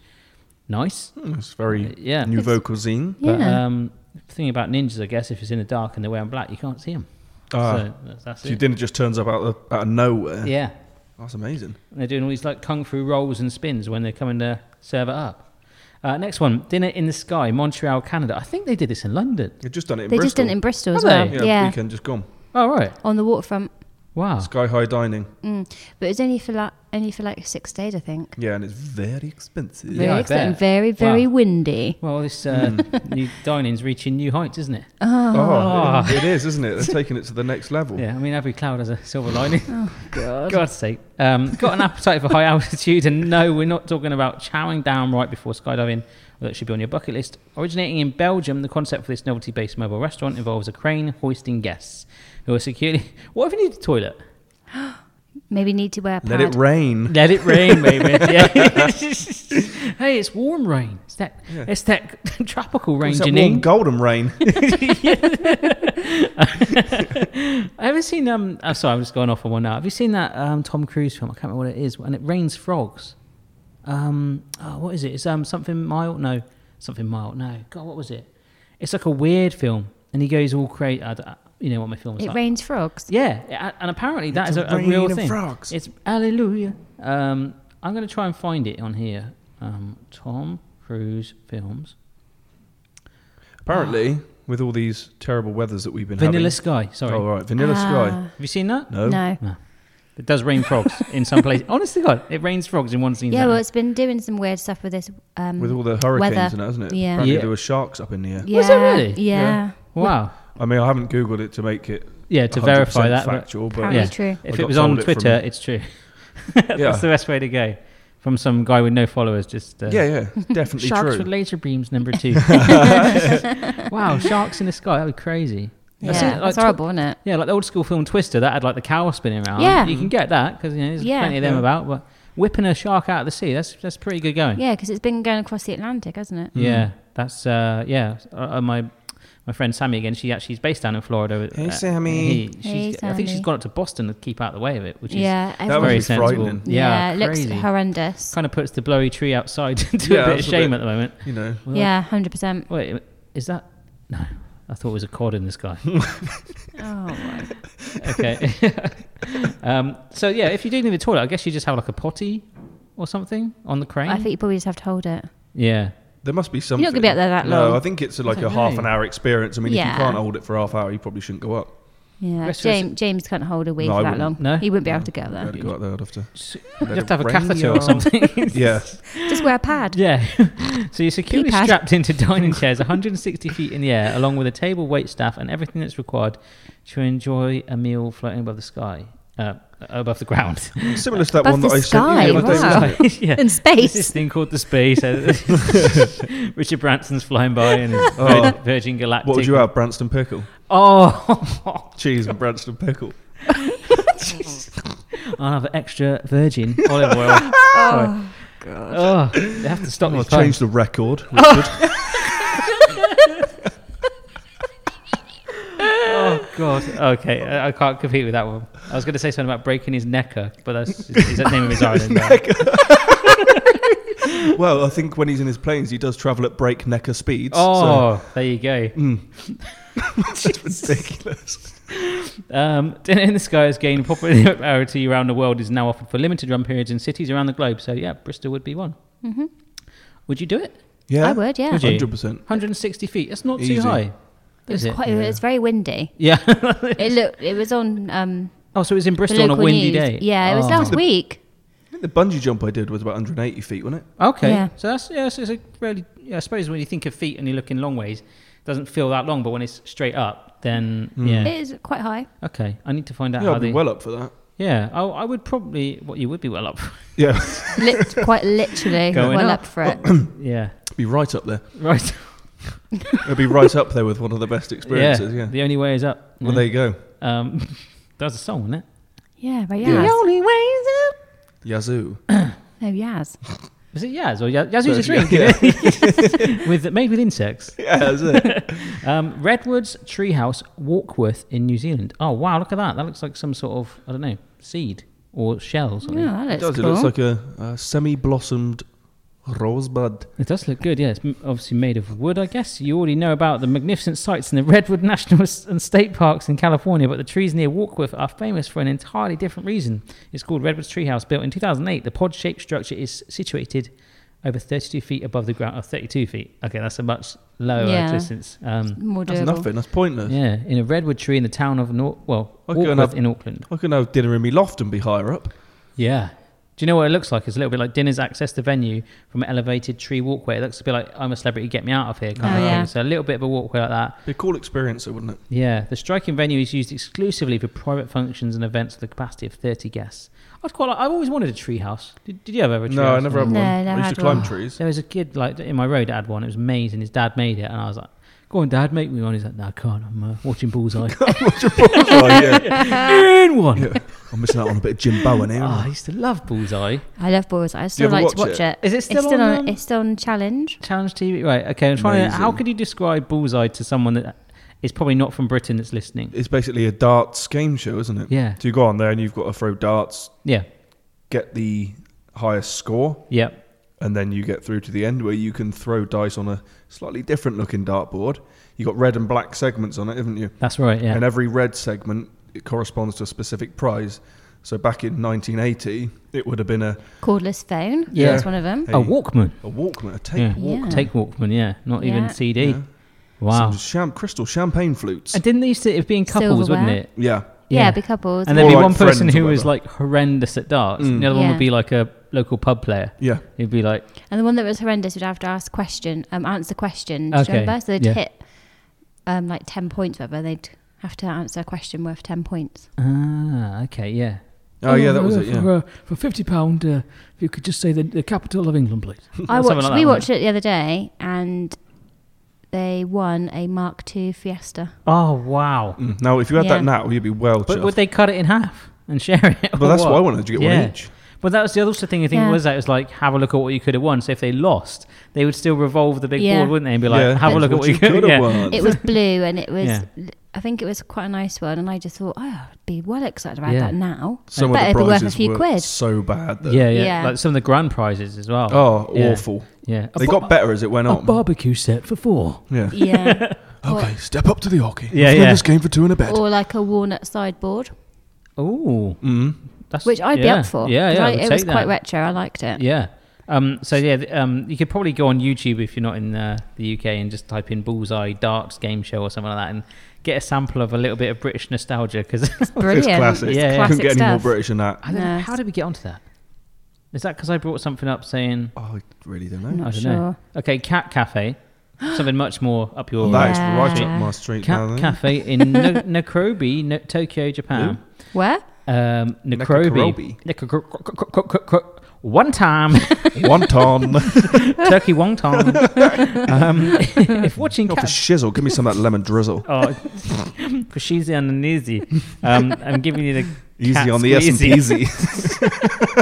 S1: nice.
S4: Mm, it's very
S1: Yeah.
S4: nouveau cuisine.
S1: But
S2: Yeah.
S1: um, the thing about ninjas, I guess, if it's in the dark and they're wearing black, you can't see them.
S4: Ah,
S1: so that's, that's
S4: so your
S1: it.
S4: dinner just turns up out of, out of nowhere.
S1: Yeah.
S4: That's amazing.
S1: And they're doing all these like kung fu rolls and spins when they're coming to serve it up. Uh, next one, dinner in the sky, Montreal, Canada. I think they did this in London.
S4: They've just done it in
S2: They
S4: Bristol.
S2: just did it in Bristol as
S1: Have
S2: well.
S1: they?
S4: yeah,
S2: Yeah.
S4: weekend just gone.
S1: Oh right,
S2: On the waterfront.
S1: wow.
S4: Sky high dining.
S2: Mm. But it was only for like, only for like six days, I think.
S4: Yeah, and it's very expensive.
S2: Very
S1: I
S2: exciting,
S1: bet.
S2: very, very
S1: Wow.
S2: windy.
S1: Well, this uh, new dining's reaching new heights, isn't it?
S4: Oh, it is, isn't it? They're taking it to the next level.
S1: Ah. Yeah, I mean, every cloud has a silver lining. Oh, God. God's sake. Um, got an appetite for high altitude, and no, we're not talking about chowing down right before skydiving, although it should be on your bucket list. Originating in Belgium, the concept for this novelty based mobile restaurant involves a crane hoisting guests who are securely. What if you need a toilet?
S2: Maybe need to wear a pad.
S4: Let it rain.
S1: Let it rain, baby. Yeah. hey, it's warm rain. It's that, it's that tropical rain,
S4: It's that
S1: Janine.
S4: warm golden rain.
S1: Have you seen um? Oh, sorry, I'm just going off on one now. Have you seen that um Tom Cruise film? I can't remember what it is, and it rains frogs. Um, oh, what is it? It's um something mild. No, something mild. No, God, what was it? It's like a weird film, and he goes all crazy. You know what my film is
S2: It
S1: like?
S2: rains frogs.
S1: Yeah, a- and apparently that
S4: It's
S1: is
S4: a
S1: a, a
S4: rain
S1: real
S4: of
S1: thing.
S4: frogs.
S1: It's hallelujah. Um, I'm going to try and find it on here. Um, Tom Cruise films.
S4: Apparently, with all these terrible weathers that we've been
S1: Vanilla
S4: having.
S1: Sky. Sorry,
S4: Oh, right. Vanilla Sky.
S2: Ah,
S1: have you seen that?
S4: No.
S2: No.
S1: It does rain frogs in some places. Honestly, God, it rains frogs in one scene.
S2: Yeah,
S1: doesn't
S2: well,
S1: it?
S2: it's been doing some weird stuff with this. Um,
S4: With all the hurricanes
S2: Weather.
S4: and that, hasn't it?
S2: Yeah.
S4: Apparently
S1: Yeah.
S4: there were sharks up in the air.
S2: yeah,
S1: Was it really?
S2: Yeah.
S4: Yeah.
S1: wow.
S4: I mean, I haven't Googled it to make it
S1: Yeah, to
S4: 100%
S1: verify that. but-
S4: factual, but
S2: Apparently
S1: yeah.
S2: true.
S1: If
S4: I
S1: it
S4: got
S1: was on
S4: told it from-
S1: Twitter, it's true. That's
S4: Yeah.
S1: the best way to go. From some guy with no followers, just uh,
S4: yeah, yeah, definitely
S1: sharks
S4: true.
S1: with laser beams number two. wow, sharks in the sky. That would be crazy.
S2: Yeah,
S1: That's
S2: that's,
S1: it, like tw-
S2: horrible, isn't it?
S1: Yeah, like the old school film Twister, that had like the cow spinning around.
S2: Yeah.
S1: You can get that because you know, there's
S2: Yeah.
S1: plenty of them
S4: Yeah.
S1: about. But whipping a shark out of the sea, that's that's pretty good going.
S2: Yeah, because it's been going across the Atlantic, hasn't it?
S4: Hmm.
S1: Yeah, that's uh, yeah. Uh, uh, my my friend Sammy again. She actually is based down in Florida.
S4: Hey,
S1: Uh,
S4: Sammy.
S1: he- she's,
S2: Hey,
S1: I think she's
S2: Sammy.
S1: gone up to Boston to keep out of the way of it, which
S2: yeah,
S1: is
S4: That
S2: everyone-
S4: would
S1: very
S4: be
S1: sensible.
S4: frightening.
S1: Yeah,
S2: it looks
S1: crazy.
S2: horrendous.
S1: kind of puts the blowy tree outside to a
S4: Yeah,
S1: bit of
S4: that's a
S1: shame
S4: bit-
S1: at the moment.
S4: you know,
S2: yeah, hundred percent.
S1: Wait, is that no? I thought it was a cod in the sky.
S2: Oh, my.
S1: okay. um, so yeah, if you do need a toilet, I guess you just have like a potty or something on the crane.
S2: I think you probably just have to hold it.
S1: yeah.
S4: there must be something.
S2: not gonna be up there that
S4: No,
S2: long.
S4: I think it's like
S1: don't
S4: a half
S1: know.
S4: an hour experience. I mean, if
S2: Yeah.
S4: you can't hold it for half hour, you probably shouldn't go up.
S2: Yeah,
S1: Rest of us-
S2: James, James can't hold a wee
S4: No, I
S2: for that long.
S4: wouldn't.
S1: No?
S2: he wouldn't be able to get
S4: If I had
S2: there.
S4: to go up there, I'd have to.
S1: You have to have a catheter
S4: Rainy
S1: or something.
S4: Yeah,
S2: Just wear a pad.
S1: Yeah. so you're securely
S2: Keypad.
S1: strapped into dining chairs 160 feet in the air, along with a table, wait staff, and everything that's required to enjoy a meal floating above the sky, uh, above the ground.
S4: similar to that
S2: Above
S4: one that
S2: the
S4: I
S2: sky,
S4: sent you the other day,
S2: wow.
S4: wasn't it?
S1: yeah.
S2: In
S1: There's
S2: space.
S1: this thing called the space. uh, Richard Branson's flying by and his
S4: Oh.
S1: Vir- Virgin Galactic.
S4: What would you have, Branston pickle?
S1: Oh,
S4: Cheese and Branston pickle.
S1: I'll have extra virgin olive oil. oh, God. Oh, they have to stop me.
S4: I'll change the record. Richard.
S1: Oh God. Okay, I, I can't compete with that one. I was going to say something about breaking his necker, but that's is that the name of his island. right?
S4: well, I think when he's in his planes, he does travel at breaknecker speeds. so-
S1: Oh, there you go.
S4: it's ridiculous. Mm.
S1: Um, Dinner in the Sky has gained popularity around the world. Is now offered for limited run periods in cities around the globe. So yeah, Bristol would be one. Mm-hmm. Would you do it?
S4: Yeah,
S2: I would. Yeah,
S1: Would you?
S4: Hundred percent.
S1: 160 feet. That's not
S4: Easy.
S1: too high.
S2: it was
S1: Is it?
S2: quite. It was very windy.
S1: Yeah.
S2: It looked. It was on um,
S1: oh, so it was in
S2: the
S1: Bristol on
S2: local
S1: a windy
S2: news.
S1: day.
S2: Yeah, it was
S1: Oh.
S2: last week.
S4: The bungee jump I did was about 180 feet, wasn't it?
S1: Okay.
S2: Yeah.
S1: So that's yeah. So it's a really. Yeah, I suppose when you think of feet and you're looking long ways, it doesn't feel that long. But when it's straight up, then yeah.
S2: It is quite high.
S1: Okay, I need to find out
S4: Hmm. Yeah,
S1: how
S4: I'd be
S1: they.
S4: well up for that.
S1: yeah, I, I would probably. What you would be well up.
S4: Yeah,
S2: Lit, quite literally,
S1: Going
S2: well
S1: up.
S2: up for it.
S1: yeah,
S4: be right up there.
S1: right.
S4: It'd be right up there with one of the best
S1: Yeah,
S4: experiences. Yeah.
S1: the only way is up.
S4: Well, there you go.
S1: um, there's a song, isn't it?
S2: Yeah, right.
S4: Yeah.
S2: Yaz.
S1: only way is up. Oh,
S4: Yazoo.
S2: No, Yaz.
S1: Was it Yaz or Yaz, Yazoo's a
S4: Yeah.
S1: drink? innit? with made with insects.
S4: Yeah, that's it.
S1: Um, Redwoods Treehouse, Walkworth in New Zealand. Oh wow, look at that! That looks like some sort of I don't know seed or shell. or something.
S2: Yeah, that
S4: It
S2: looks
S4: does. It looks
S2: cool.
S4: like a, a semi-blossomed rosebud.
S1: It does look good, yeah. It's m- obviously made of wood, I guess. You already know about the magnificent sights in the Redwood National S- and State Parks in California, but the trees near Walkworth are famous for an entirely different reason. It's called Redwood's Treehouse, built in 2008. The pod shaped structure is situated over 32 feet above the ground, or 32 feet. Okay, that's a much lower
S2: Yeah.
S1: distance. Um,
S2: More
S4: That's
S2: doable.
S4: nothing. That's pointless.
S1: yeah, in a redwood tree in the town of North, well,
S4: I'd go and
S1: Walkworth
S4: have-
S1: in Auckland.
S4: I can have dinner in my loft and be higher up.
S1: Yeah. Do you know what it looks like? It's a little bit like dinners access the venue from an elevated tree walkway. It looks a bit like I'm a celebrity, get me out of here kind
S2: Oh,
S1: of
S2: yeah.
S1: thing. So a little bit of a walkway like that.
S4: Be a cool experience, though, wouldn't it?
S1: Yeah, the striking venue is used exclusively for private functions and events with a capacity of 30 guests. I'd quite like, I've always wanted a treehouse. Did, did you ever have a treehouse?
S4: No, I never had
S2: No,
S4: one.
S2: never
S4: I used
S2: had
S4: to climb
S2: one.
S4: trees.
S1: There was a kid like in my road that had one. It was amazing. His dad made it, and I was like, "Go on, Dad, make me one." He's like, "No, I can't. I'm uh, watching Bullseye."
S4: Oh, yeah.
S1: Earn one.
S4: Yeah. I'm missing out on a bit of Jim Bowen here.
S1: Oh, I used to love Bullseye.
S2: I love Boys. I still
S4: ever
S2: like to
S4: watch
S2: watch it.
S4: it?
S1: Is it still
S2: it's still
S1: on,
S2: on,
S1: um,
S2: it's still on challenge.
S1: Challenge TV. Right. Okay. I'm trying. To, how
S4: Amazing.
S1: could you describe Bullseye to someone that is probably not from Britain that's listening?
S4: It's basically a darts game show, isn't it?
S1: Yeah.
S4: So you go on there and you've got to throw darts,
S1: Yeah.
S4: get the highest score,
S1: Yeah.
S4: and then you get through to the end where you can throw dice on a slightly different looking dartboard. You've got red and black segments on it, haven't you?
S1: That's right. Yeah.
S4: And every red segment it corresponds to a specific prize. So back in 1980, it would have been a,
S2: Cordless phone.
S1: Yeah.
S2: That's one of them.
S4: a,
S1: a Walkman.
S4: a Walkman, a tape
S1: Yeah.
S4: Walkman,
S2: Yeah.
S1: Take Walkman. Yeah. Not even
S2: Yeah.
S1: CD.
S4: Yeah.
S1: Wow.
S4: some sham- crystal champagne flutes.
S1: And didn't they used to it being couples, wouldn't
S2: Silverware.
S1: it?
S4: yeah,
S2: yeah,
S1: Yeah.
S2: be couples.
S1: And there'd
S4: Or
S1: be
S4: like
S1: one person
S4: friends or
S1: who was
S4: whatever.
S1: like horrendous at darts, and the other one
S2: Yeah.
S1: would be like a local pub player.
S4: yeah.
S1: He'd be like,
S2: And the one that was horrendous would have to ask question, um, answer question. Do
S1: Okay,
S2: you remember? So they'd
S1: yeah.
S2: hit um, like ten points, whatever. They'd have to answer a question worth ten points.
S1: ah, okay, yeah.
S4: Oh, yeah, that was it. Yeah.
S5: For, uh, for fifty pound, uh, if you could just say the, the capital of England, please.
S2: I
S1: Something
S2: watched.
S1: like that, wasn't
S2: we watched it the other day, and they won a Mark II Fiesta.
S1: Oh wow!
S4: Mm. Now, if you had
S2: Yeah.
S4: that now, you'd be well.
S1: But
S4: chuffed.
S1: would they cut it in half and share it?
S4: But
S1: or
S4: that's
S1: what?
S4: what I wanted to get
S1: Yeah.
S4: one each.
S1: But that was the other sort of thing I think
S2: Yeah.
S1: was that it was like have a look at what you could have won. So if they lost, they would still revolve the big
S2: Yeah.
S1: board, wouldn't they? And be like,
S4: Yeah.
S1: have a look at
S4: That's what
S1: what
S4: you
S1: you could
S4: coulda
S1: have
S4: won.
S2: It was blue, and it was.
S1: Yeah.
S2: I think it was quite a nice one, and I just thought, oh, I'd be well excited about
S1: Yeah.
S2: that now.
S4: Some
S2: Better
S4: of
S2: be
S4: the
S2: worth
S4: prizes
S2: a few
S4: were
S2: quid.
S4: so bad that
S1: Yeah, yeah,
S2: Yeah.
S1: Like some of the grand prizes as well.
S4: oh,
S1: Yeah.
S4: awful.
S1: yeah.
S4: They got better as it went
S5: A
S4: on.
S5: barbecue set for four.
S4: yeah.
S2: Yeah.
S6: Okay, step up to the hockey.
S1: Yeah,
S6: Yeah, yeah.
S1: yeah.
S6: this game for two and a bet.
S2: or like a walnut sideboard,
S1: Oh,
S4: Mm.
S1: that's
S2: which I'd be
S1: yeah.
S2: up for.
S1: Yeah,
S2: 'cause
S1: yeah.
S2: I-
S1: I would
S2: it was
S1: take
S2: quite
S1: that.
S2: retro. I liked it.
S1: Yeah. Um, so yeah, th- um, you could probably go on YouTube if you're not in uh, the UK and just type in "bullseye darts game show" or something like that, and get a sample of a little bit of British nostalgia. Because
S2: Brilliant.
S4: It's classic.
S1: Yeah, yeah.
S4: Couldn't
S2: classic
S4: get any more
S2: stuff.
S4: British than that.
S1: I don't know
S2: No.
S1: how did we get onto that? Is that because I brought something up saying
S4: Oh, I really don't know.
S2: I'm not
S1: I don't
S2: sure.
S1: know? Okay, Cat Cafe, something much more up your
S4: Oh, That
S1: alley.
S4: is
S2: Yeah.
S4: right up my street
S1: Cat
S4: now. then.
S1: Cafe in no- Nakrobi, no- Tokyo, Japan.
S2: Where?
S1: Um, Nakrobi.
S4: Nakrobi.
S1: Nakrobi. One time.
S4: Wonton.
S1: Turkey Wong Tong. um, if watching
S4: Off the
S1: Cat
S4: shizzle. Give me some of that lemon drizzle.
S1: Oh, for she's and easy. Um, I'm giving you the
S4: Easy
S1: cat
S4: on the S and
S1: squeezy.
S4: easy.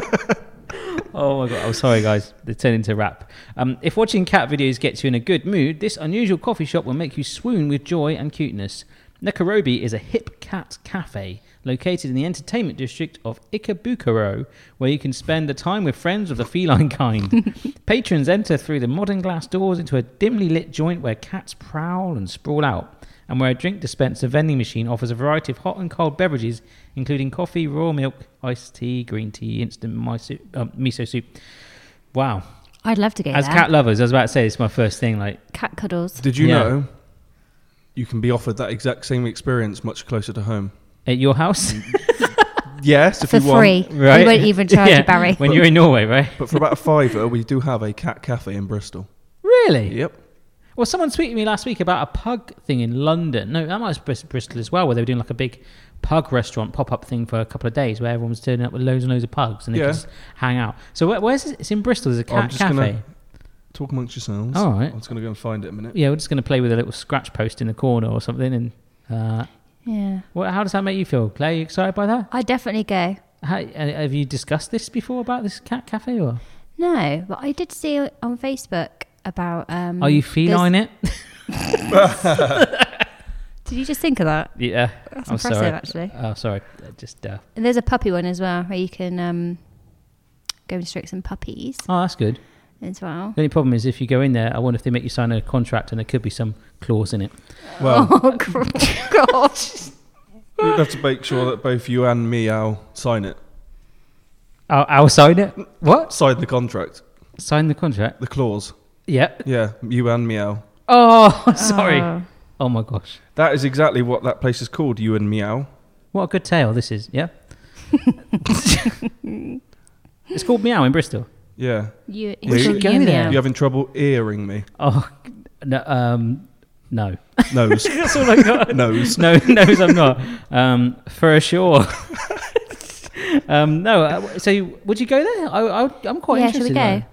S1: Oh my god! I'm sorry, guys. They turn into rap. Um, if watching cat videos gets you in a good mood, this unusual coffee shop will make you swoon with joy and cuteness. Nekarobi is a hip cat cafe located in the entertainment district of Ikebukuro, where you can spend the time with friends of the feline kind. Patrons enter through the modern glass doors into a dimly lit joint where cats prowl and sprawl out, and where a drink dispenser vending machine offers a variety of hot and cold beverages, including coffee, raw milk, iced tea, green tea, instant miso, um, miso soup. Wow.
S2: I'd love to go
S1: As
S2: there.
S1: cat lovers, I was about to say, it's my first thing. Like,
S2: Cat cuddles.
S4: Did you
S1: Yeah.
S4: know you can be offered that exact same experience much closer to home?
S1: at your house,
S4: Yes, if
S2: for
S4: you want.
S2: free.
S1: right?
S2: We won't even charge
S1: Yeah,
S2: you, Barry.
S1: When you're in Norway, right?
S4: But for about a fiver, we do have a cat cafe in Bristol.
S1: Really?
S4: Yep.
S1: Well, someone tweeted me last week about a pug thing in London. No, that might be Bris- Bristol as well, where they were doing like a big pug restaurant pop up thing for a couple of days, where everyone was turning up with loads and loads of pugs and they
S4: Yeah.
S1: just hang out. So where, where's it? It's in Bristol. There's a
S4: I'm
S1: cat
S4: just
S1: cafe.
S4: gonna- Talk amongst yourselves.
S1: All right.
S4: I'm just going to go and find it in a minute.
S1: Yeah, we're just going to play with a little scratch post in the corner or something. And uh,
S2: Yeah.
S1: what, how does that make you feel, Claire? you excited by that?
S2: I'd definitely go.
S1: How, uh, have you discussed this before about this cat cafe or
S2: No, but I did see on Facebook about. Um,
S1: are you
S2: this-
S1: feline it?
S2: Did you just think of that?
S1: yeah,
S2: That's
S1: I'm
S2: impressive,
S1: sorry.
S2: actually.
S1: Oh, sorry. Uh, Just uh,
S2: And there's a puppy one as well where you can um, go and stroke some puppies
S1: oh, that's good.
S2: as well.
S1: The only problem is if you go in there, I wonder if they make you sign a contract and there could be some clause in it.
S4: Well,
S2: Oh, gr- gosh.
S4: We'd have to make sure that both you and me, Al, sign it.
S1: I'll, I'll sign it. What?
S4: Sign the contract,
S1: Sign the contract?
S4: the clause.
S1: Yeah.
S4: Yeah, you and Meow.
S1: Oh, sorry.
S2: Oh.
S1: Oh my gosh.
S4: That is exactly what that place is called, you and Meow.
S1: What a good tale this is. Yeah. It's called Meow in Bristol.
S4: Yeah.
S2: You,
S4: You should
S1: go
S2: you
S1: there.
S2: meow.
S1: Yeah.
S4: You having trouble earring me?
S1: Oh, no. Um, no.
S4: Nose.
S1: That's all I got.
S4: Nose.
S1: no, knows I'm not. Um, for sure. um, no, uh, so would you go there? I, I, I'm quite
S2: Yeah, shall
S1: interested.
S2: we
S1: in
S2: go?
S1: that.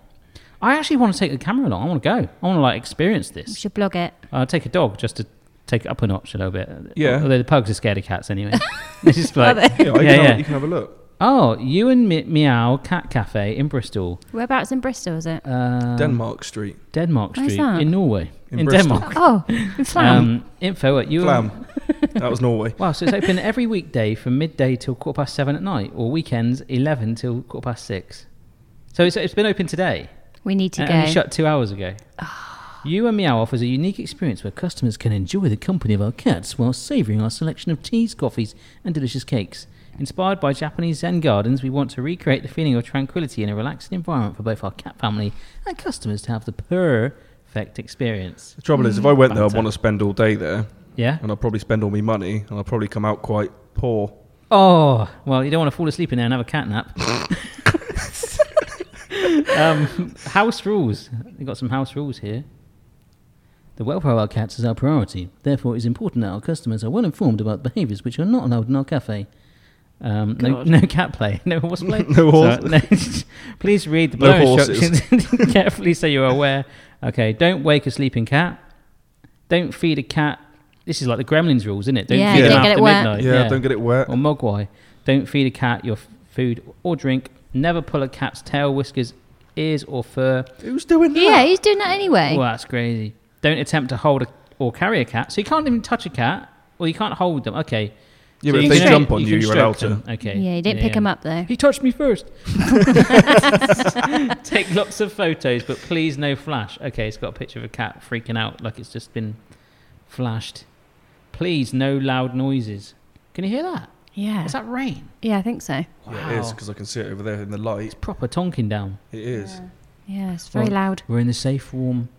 S1: I actually want to take the camera along. I want to go. I want to like experience
S2: We
S1: this.
S2: should blog it.
S1: I'll take a dog just to take it up a notch a little bit.
S4: Yeah.
S1: Although the pugs are scared of cats anyway. It's just like-
S4: Yeah, you,
S1: Yeah,
S4: can
S1: yeah.
S4: Have, you can have a look.
S1: oh, you and Me- Meow Cat Cafe in Bristol,
S2: Whereabouts in Bristol is it?
S1: um,
S4: Denmark Street
S1: Denmark
S2: Where's
S1: Street
S2: that?
S1: in Norway,
S4: in,
S1: in
S4: Bristol.
S1: Denmark.
S2: Oh, in Flam.
S1: Um, info at you.
S4: Flam. that was Norway.
S1: Wow, so it's open every weekday from midday till quarter past seven at night, or weekends eleven till quarter past six. So it's, it's been open today,
S2: we need to
S1: uh, and
S2: go.
S1: only shut two hours ago. you and Meow offers a unique experience where customers can enjoy the company of our cats while savouring our selection of teas, coffees, and delicious cakes. Inspired by Japanese Zen gardens, we want to recreate the feeling of tranquility in a relaxing environment for both our cat family and customers to have the perfect experience.
S4: The trouble is, if I went there, I'd
S1: Banter.
S4: want to spend all day there,
S1: Yeah.
S4: and I'd probably spend all my money, and I'd probably come out quite poor.
S1: Oh, well, you don't want to fall asleep in there and have a cat nap. um, house rules. We've got some house rules here. The welfare of our cats is our priority. Therefore, it is important that our customers are well informed about behaviours which are not allowed in our cafe. Um, no, no cat play. No horse play.
S4: No horse-
S1: Sorry, no. Please read the
S4: No
S1: below
S4: horses.
S1: instructions carefully so you are aware. Okay, don't wake a sleeping cat. Don't feed a cat. This is like the Gremlins rules, isn't it? Don't
S2: Yeah,
S1: feed
S4: don't
S1: them
S4: get
S2: it
S1: after
S2: wet.
S1: midnight.
S4: Yeah, don't get it wet.
S1: Or mogwai. Don't feed a cat your f- food or drink. Never pull a cat's tail, whiskers, ears, or fur.
S4: Who's doing that?
S2: yeah, he's doing that anyway.
S1: Well, that's crazy. Don't attempt to hold a, or carry a cat. So you can't even touch a cat, or you can't hold them. Okay. So
S4: Yeah, but
S1: you
S4: if they
S1: can-
S4: jump on you,
S1: can
S4: you're allowed
S1: stroke
S4: to.
S1: them. Okay.
S2: Yeah, you didn't pick him up though.
S1: He touched me first. Take lots of photos, but please no flash. Okay, it's got a picture of a cat freaking out like it's just been flashed. Please no loud noises. Can you hear that?
S2: Yeah.
S1: Is that rain?
S2: Yeah, I think so.
S4: Yeah, it is
S1: Wow.
S4: because I can see it over there in the light.
S1: Proper tonking down.
S4: It is.
S2: Yeah, it's very
S1: Well-
S2: loud.
S1: We're in the safe warm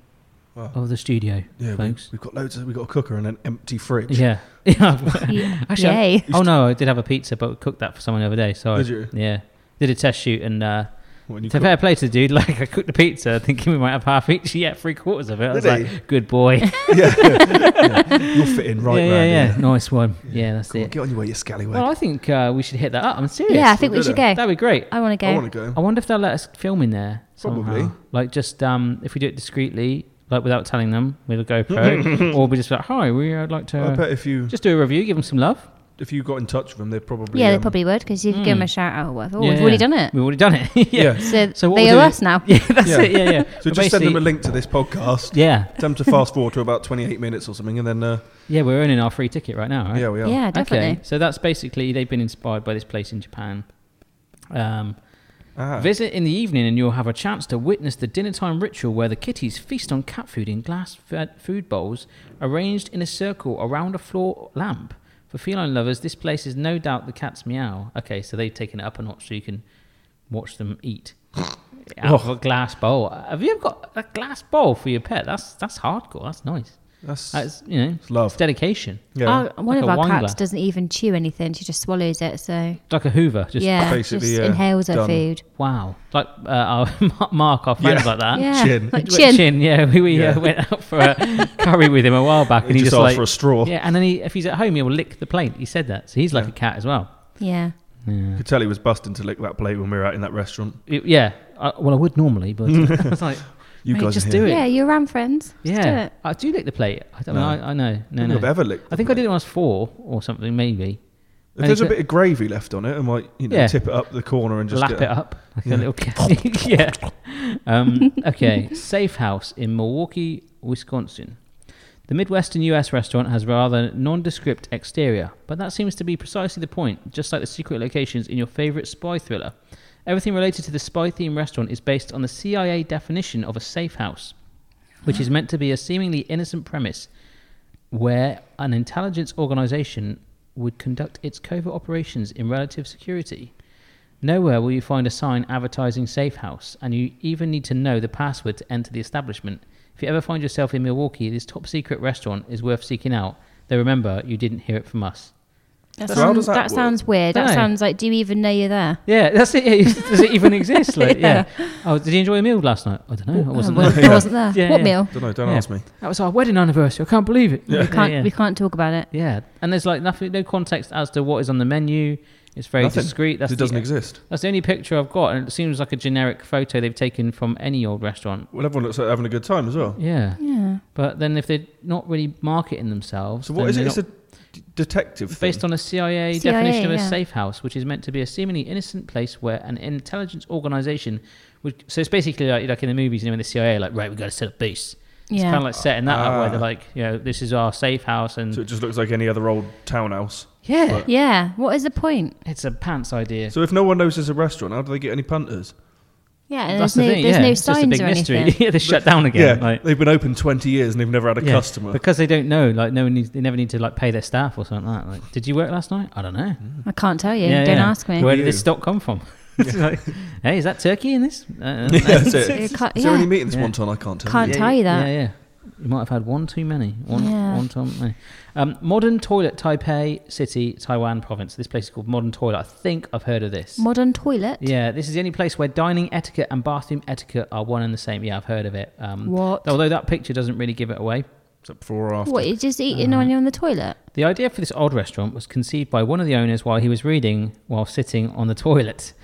S4: Wow.
S1: of the studio,
S4: Yeah, we,
S1: folks.
S4: we've got loads of. We've got a cooker and an empty fridge.
S1: Yeah. yeah.
S2: Yeah.
S1: Actually, I-
S2: Yay.
S1: oh no, I did have a pizza, but we cooked that for someone the other day. Sorry.
S4: Did you?
S1: Yeah. Did a test shoot and uh,
S4: When you
S1: to
S4: cook-
S1: fair play to the dude, like I cooked the pizza thinking we might have half each. Yeah, three quarters of it. I was
S4: Did
S1: like,
S4: he?
S1: good boy.
S4: yeah, yeah. you'll fit in right
S1: yeah,
S4: round
S1: yeah, yeah.
S4: here.
S1: Nice one. Yeah, that's
S4: Come on,
S1: it.
S4: get on your way, you scallywag.
S1: Well, I think uh, we should hit that up. I'm serious.
S2: Yeah, I think we
S4: We'll do
S2: should
S4: that.
S2: go.
S1: That'd be great.
S2: I want to
S4: I
S2: go.
S4: want to go.
S1: I wonder if they'll let us film in there. Somehow.
S4: Probably.
S1: Like just um, if we do it discreetly, like without telling them with a GoPro, or we just be like, hi, we would like
S4: I
S1: to
S4: bet if you
S1: just do a review, give them some love.
S4: if you got in touch with them, they'd probably
S2: Yeah, they
S4: um,
S2: probably would because you could give him
S1: Hmm.
S2: a shout out or whatever. Oh,
S1: Yeah,
S2: we've already
S1: yeah.
S2: done it.
S1: We've already done it. yeah.
S4: yeah.
S2: So
S1: So what
S2: they
S1: we'll
S2: are
S1: do-
S2: us now.
S1: Yeah, that's
S4: Yeah.
S1: it. Yeah, yeah.
S4: So
S1: But
S4: just send them
S1: basically-
S4: a link to this podcast.
S1: Yeah,
S4: Tell them to fast forward to about 28 minutes or something, and then uh,
S1: yeah. We're earning our free ticket right now, right?
S4: yeah, we are.
S2: Yeah, definitely.
S1: Okay, so that's basically they've been inspired by this place in Japan. Um,
S4: Ah.
S1: Visit in the evening, and you'll have a chance to witness the dinner time ritual where the kitties feast on cat food in glass fed food bowls arranged in a circle around a floor lamp. For feline lovers, this place is no doubt the cat's meow. Okay, so they've taken it up a notch so you can watch them eat out of a glass bowl. Uh, Have you ever got a glass bowl for your pet? That's that's hardcore. That's nice.
S4: That's,
S1: That's you know,
S4: it's love.
S1: it's dedication.
S4: yeah,
S2: Our, one
S1: Like
S2: of
S1: a
S2: our
S1: wine
S2: cats
S1: glass.
S2: doesn't even chew anything; she just swallows it. So
S1: Like a Hoover, just uh,
S2: yeah,
S4: basically,
S2: just
S4: yeah,
S2: inhales her
S4: done.
S2: food.
S1: Wow. Like uh, our Mark, our friends
S4: Yeah.
S1: like that.
S2: Yeah,
S4: Chin.
S2: like
S1: Like
S2: chin.
S1: yeah. We, we
S4: Yeah.
S1: Uh, went out for a curry with him a while back,
S4: he
S1: and he
S4: just,
S1: just,
S4: asked
S1: like
S4: for a straw.
S1: yeah. And then he, if he's at home, he'll lick the plate. He said that, so he's like
S4: Yeah.
S1: a cat as well.
S2: Yeah,
S1: Yeah,
S4: Could tell he was busting to lick that plate when we were out in that restaurant.
S1: It- yeah. I, well, I would normally, but I was like,
S4: You
S1: Mate,
S4: guys
S1: just
S4: are
S1: do
S4: here.
S1: it.
S2: yeah. You're around, friends. Let's do
S1: yeah,
S2: it.
S1: I do lick the plate. I don't
S4: No.
S1: know. I, I know.
S4: I
S1: No,
S4: don't
S1: no.
S4: think I've ever licked.
S1: I think I did it when I was four or something, maybe.
S4: If there's a bit of gravy left on it, I might you know
S1: Yeah.
S4: tip it up the corner and just
S1: lap
S4: get
S1: it up like
S4: Yeah.
S1: a little cat. yeah. Um, okay. Safe House in Milwaukee, Wisconsin. The Midwestern US restaurant has rather nondescript exterior, but that seems to be precisely the point, just like the secret locations in your favorite spy thriller. Everything related to the spy themed restaurant is based on the CIA definition of a safe house, which is meant to be a seemingly innocent premise where an intelligence organization would conduct its covert operations in relative security. Nowhere will you find a sign advertising Safe House, and you even need to know the password to enter the establishment. If you ever find yourself in Milwaukee, this top secret restaurant is worth seeking out, though remember, you didn't hear it from us.
S2: That,
S4: So how
S2: sounds,
S4: does that
S2: that
S4: work?
S2: sounds weird. That
S1: No.
S2: sounds like, do you even know you're there?
S1: Yeah, that's it. Yeah. Does it even exist? Like, yeah. Oh, did you enjoy your meal last night? I don't know. I wasn't.
S2: I wasn't,
S1: there.
S2: I Oh, wasn't there.
S1: Yeah,
S2: what
S1: yeah.
S2: meal?
S4: Don't know. Don't
S1: Yeah.
S4: ask me.
S5: That was our wedding anniversary. I can't believe it.
S2: We can't.
S1: yeah.
S2: We can't talk about it.
S1: Yeah, and there's like nothing, no context as to what is on the menu. It's very
S4: Nothing.
S1: discreet. That's
S4: it doesn't
S1: the, e,
S4: exist.
S1: That's the only picture I've got, and it seems like a generic photo they've taken from any old restaurant.
S4: Well, everyone looks like they're having a good time as well.
S1: Yeah,
S2: Yeah.
S1: but then if they're not really marketing themselves,
S4: So what
S1: then
S4: is it?
S1: they're
S4: It's a
S1: not-
S4: d- detective
S1: based
S4: thing.
S1: on a CIA,
S2: CIA,
S1: definition of a
S2: yeah.
S1: safe house, which is meant to be a seemingly innocent place where an intelligence organization would. So it's basically like, like in the movies, you know, in the CIA, like right, we got to set up base. It's
S2: Yeah.
S1: kind of like setting that up where they're
S4: Ah.
S1: like, you know, this is our safe house, and
S4: So it just looks like any other old townhouse.
S1: yeah,
S2: yeah. What is the point?
S1: it's a pants idea.
S4: So if no one knows there's a restaurant, how do they get any punters?
S2: Yeah. And
S1: That's
S2: there's
S1: the
S2: no,
S1: thing.
S2: there's
S1: yeah.
S2: no
S1: it's just a
S2: signs
S1: big
S2: or
S1: mystery.
S2: anything.
S1: yeah, they shut down again. like,
S4: they've been open 20 years and they've never had a
S1: yeah,
S4: customer.
S1: because they don't know. Like no one needs. They never need to like pay their staff or something like that. Like, did you work last night? I don't know.
S2: I can't tell you. Don't ask me.
S1: Where did
S4: You.
S1: this stock come from? It's like, hey, is that turkey in this? Uh,
S4: Yeah, that's it.
S2: You can't-
S4: Is there any
S2: yeah.
S4: meat in this
S1: Yeah.
S4: one time? I can't tell.
S2: Can't
S4: you.
S2: tell you that.
S1: Yeah, yeah. You might have had one too many. One,
S2: Yeah.
S1: one too many. Um, modern toilet, Taipei City, Taiwan Province. This place is called Modern Toilet. I think I've heard of this.
S2: Modern toilet.
S1: yeah, this is the only place where dining etiquette and bathroom etiquette are one and the same. Yeah, I've heard of it. Um,
S2: What?
S1: Although that picture doesn't really give it away.
S4: It's up before or after.
S2: What? You're just
S1: Uh-huh.
S2: eating on you on the toilet.
S1: The idea for this odd restaurant was conceived by one of the owners while he was reading while sitting on the toilet.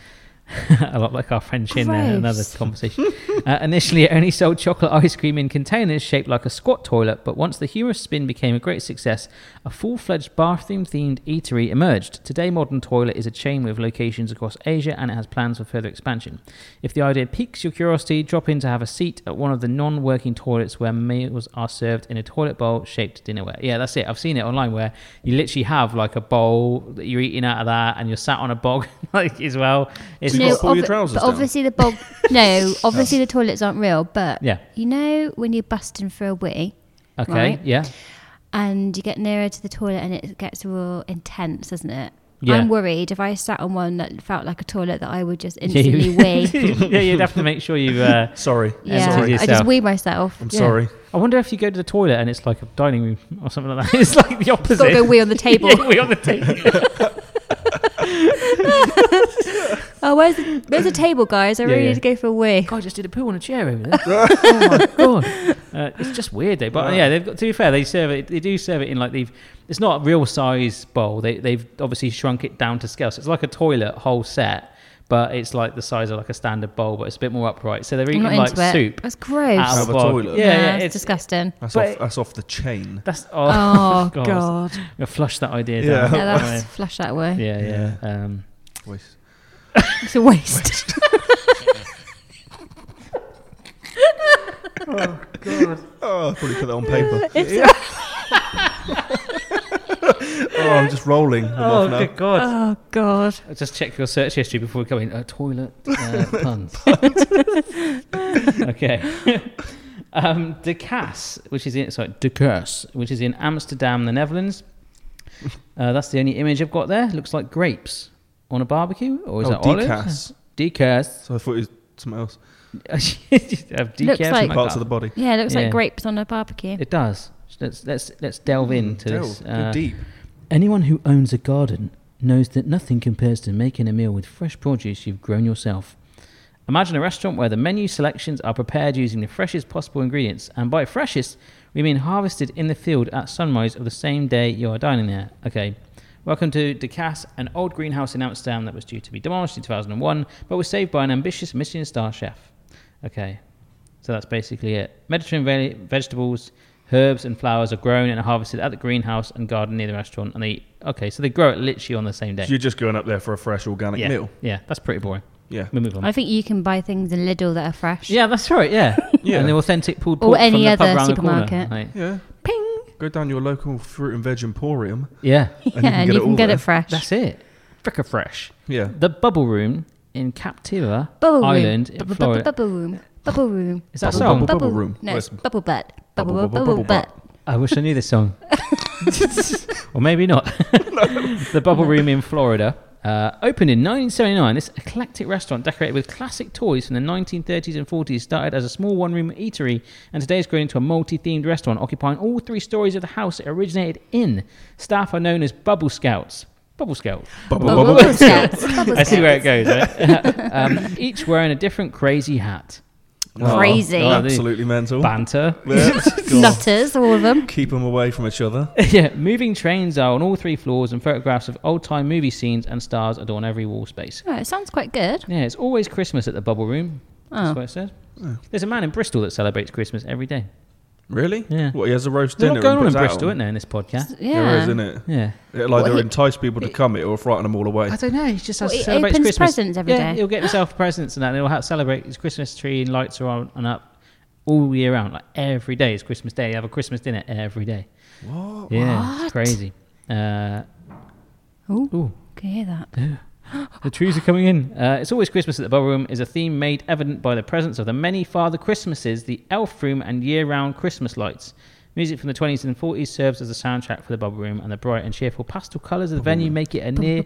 S1: a lot like our French in uh, another
S2: Gross.
S1: conversation. uh, initially, it only sold chocolate ice cream in containers shaped like a squat toilet, but once the humorous spin became a great success, a full fledged bathroom themed eatery emerged. Today, Modern Toilet is a chain with locations across Asia and it has plans for further expansion. If the idea piques your curiosity, drop in to have a seat at one of the non working toilets where meals are served in a toilet bowl shaped dinnerware. Yeah, that's it. I've seen it online where you literally have like a bowl that you're eating out of that and you're sat on a bog like as well. It's
S4: you
S2: No,
S4: gotta pull your
S2: obvi-
S4: trousers
S2: but
S4: down.
S2: obviously the bog. no, obviously the toilets aren't real. But
S1: Yeah.
S2: you know when you're busting for a wee
S1: okay,
S2: right.
S1: yeah.
S2: and you get nearer to the toilet and it gets real intense, doesn't it?
S1: Yeah.
S2: I'm worried if I sat on one that felt like a toilet that I would just instantly wee.
S1: yeah, you'd have to make sure you. Uh,
S4: Sorry.
S2: Yeah,
S1: Sorry.
S2: I just
S1: Yourself.
S2: wee myself.
S4: I'm
S1: yeah.
S4: sorry.
S1: I wonder if you go to the toilet and it's like a dining room or something like that. It's like the opposite.
S2: Gotta go wee on the table.
S1: Yeah, wee on the table.
S2: Oh, where's the, where's the table, guys? I
S1: Yeah,
S2: really
S1: yeah.
S2: need to go for a wee.
S1: God, I just did a poo on a chair over there. oh my god, uh, it's just weird though. But yeah, they've got. To be fair, they serve it. They do serve it in like they've. It's not a real size bowl. They they've obviously shrunk it down to scale. So it's like a toilet whole set, but it's like the size of like a standard bowl, but it's a bit more upright. So they're
S2: I'm
S1: eating
S2: not
S1: like
S2: into it.
S1: soup.
S2: That's gross.
S1: out
S4: Out of a
S1: bog.
S4: toilet.
S1: Yeah,
S2: Nah,
S1: yeah,
S2: it's,
S1: it's
S2: disgusting.
S4: That's
S1: But-
S4: off. That's off the chain.
S1: That's
S2: Oh,
S1: oh,
S2: god.
S1: We'll flush that idea
S4: Yeah.
S1: down.
S2: Yeah, that's flush that away.
S1: yeah, yeah. Um,
S4: Waste.
S2: It's a waste.
S4: Oh, I'll probably put that on paper. oh, I'm just rolling. I'm off now.
S1: good god!
S2: oh god.
S1: Just check your search history before we go in. Uh, toilet uh, puns. okay. um, De Cas, which is in sorry, De Cas, which is in Amsterdam, the Netherlands. Uh, that's the only image I've got there. Looks like grapes on a barbecue, or is
S4: Oh,
S1: that olives?
S4: decas.
S1: De Cas.
S4: So I thought it was something else.
S2: Looks like-
S4: Parts of the body.
S2: Yeah, it looks
S1: Yeah.
S2: like grapes on a barbecue.
S1: It does. Let's let's let's delve into
S4: Mm. Delve,
S1: this.
S4: go
S1: Uh,
S4: deep.
S1: Anyone who owns a garden knows that nothing compares to making a meal with fresh produce you've grown yourself. Imagine a restaurant where the menu selections are prepared using the freshest possible ingredients, and by freshest, we mean harvested in the field at sunrise of the same day you are dining there. Okay. Welcome to De Cas, an old greenhouse in Amsterdam that was due to be demolished in 2001, but was saved by an ambitious Michelin star chef. Okay, so that's basically it. Mediterranean ve- vegetables, herbs, and flowers are grown and harvested at the greenhouse and garden near the restaurant. And they okay, so they grow it literally on the same day.
S4: So you're just going up there for a fresh organic
S1: yeah,
S4: meal.
S1: yeah, that's pretty boring.
S4: Yeah.
S1: We move on.
S2: I think you can buy things in Lidl that are fresh.
S1: yeah, that's right. Yeah,
S4: Yeah.
S1: and the authentic pulled
S2: Or
S1: pork from
S2: any
S1: the pub
S2: other
S1: round the corner,
S2: supermarket.
S1: right.
S4: Yeah. Ping. Go down your local fruit and veg emporium.
S1: Yeah,
S2: Yeah, and you can
S4: all
S2: get
S4: there.
S2: it fresh.
S1: that's it. Fricka fresh.
S4: Yeah.
S1: The bubble room in Captiva
S2: Bubble
S1: Island
S2: room.
S1: in
S2: Bubble-
S1: Florida.
S2: Bubble room. Bubble room.
S1: Is that a
S4: Bubble,
S1: song?
S4: bubble. room.
S2: No, it's
S4: Where's-
S2: bubble butt. Bubble
S4: Bubble-
S2: bubble,
S4: bubble- bubble
S2: butt.
S1: I wish I knew this song. or maybe not. the Bubble Room in Florida. Uh, opened in 1979, this eclectic restaurant decorated with classic toys from the 1930s and 40s started as a small one room eatery and today has grown into a multi themed restaurant occupying all three stories of the house it originated in. Staff are known as Bubble Scouts. Bubble scales.
S2: Bubble
S4: bubble.
S2: scouts. Bubble
S1: I see where it
S2: scouts.
S1: goes. Right? um, each wearing a different crazy hat.
S2: Crazy.
S1: Oh, the
S4: Absolutely mental.
S1: Banter.
S4: Yeah. God.
S2: Nutters, all of them.
S4: Keep them away from each other.
S1: yeah, moving trains are on all three floors, and photographs of old time movie scenes and stars adorn every wall space.
S2: Oh, it sounds quite good.
S1: Yeah, it's always Christmas at the Bubble Room.
S2: Oh.
S1: That's what it says.
S4: Oh.
S1: There's a man in Bristol that celebrates Christmas every day.
S4: Really?
S1: Yeah.
S4: What, he has a roast
S1: There's a
S4: dinner?
S1: lot going on
S4: and
S1: in
S4: puts it out
S1: Bristol, isn't there, in this podcast?
S2: Yeah.
S4: There is, isn't it?
S1: Yeah.
S4: It'll
S2: Well,
S4: either
S2: he-
S4: entice people to come it or frighten them all away.
S1: I don't know. He just has
S2: Well,
S1: to
S2: he
S1: celebrate
S2: opens
S1: Christmas.
S2: presents every
S1: yeah,
S2: day.
S1: he'll get himself presents and that. And he'll have celebrate his Christmas tree and lights are on and up all year round. Like every day is Christmas Day. You have a Christmas dinner every day. What? Yeah,
S2: What?
S1: it's crazy. Uh,
S2: Ooh,
S1: ooh,
S2: can you hear that?
S1: the trees are coming in. Uh, it's always Christmas at the Bubble Room is a theme made evident by the presence of the many Father Christmases, the Elf Room, and year-round Christmas lights. Music from the 20s and 40s serves as the soundtrack for the Bubble Room, and the bright and cheerful pastel colours of the venue make it a near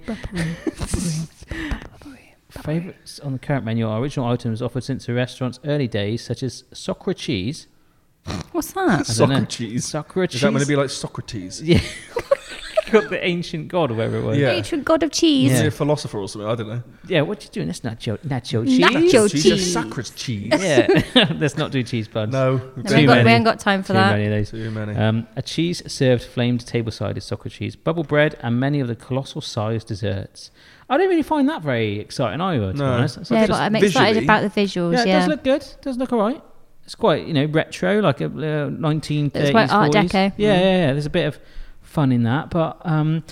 S1: Favourites on the current menu are original items offered since the restaurant's early days, such as Socra cheese.
S2: What's that?
S1: I don't know.
S4: Socrates.
S1: Socra cheese.
S4: Is that going to be like Socrates?
S1: Yeah. Got the ancient god or whatever it was.
S4: Yeah.
S2: Ancient god of cheese.
S4: Is he
S1: Yeah.
S4: a philosopher or something? I don't know.
S1: Yeah, what you doing? That's nacho, nacho cheese.
S2: Nacho
S4: Cheese.
S2: cheese.
S4: Sacred cheese.
S1: Yeah. Let's not do cheese buns.
S4: No.
S2: No,
S1: Too
S2: we, ain't got, we
S1: many.
S2: ain't got time for
S1: Too
S2: that.
S1: many of those.
S4: Too many.
S1: Um, a cheese served flamed table-sided soccer cheese, bubble bread, and many of the colossal-sized desserts. I don't really find that very exciting either, to
S4: No.
S1: be honest. So
S2: Yeah,
S1: just-
S2: but I'm
S4: visually-
S2: excited about the visuals.
S1: Yeah,
S2: Yeah,
S1: it does look good. Does look alright. It's quite you know retro, like a uh, 1930s.
S2: It's quite Art
S1: 40s.
S2: Deco. Mm.
S1: Yeah, yeah, yeah. There's a bit of fun in that, but um,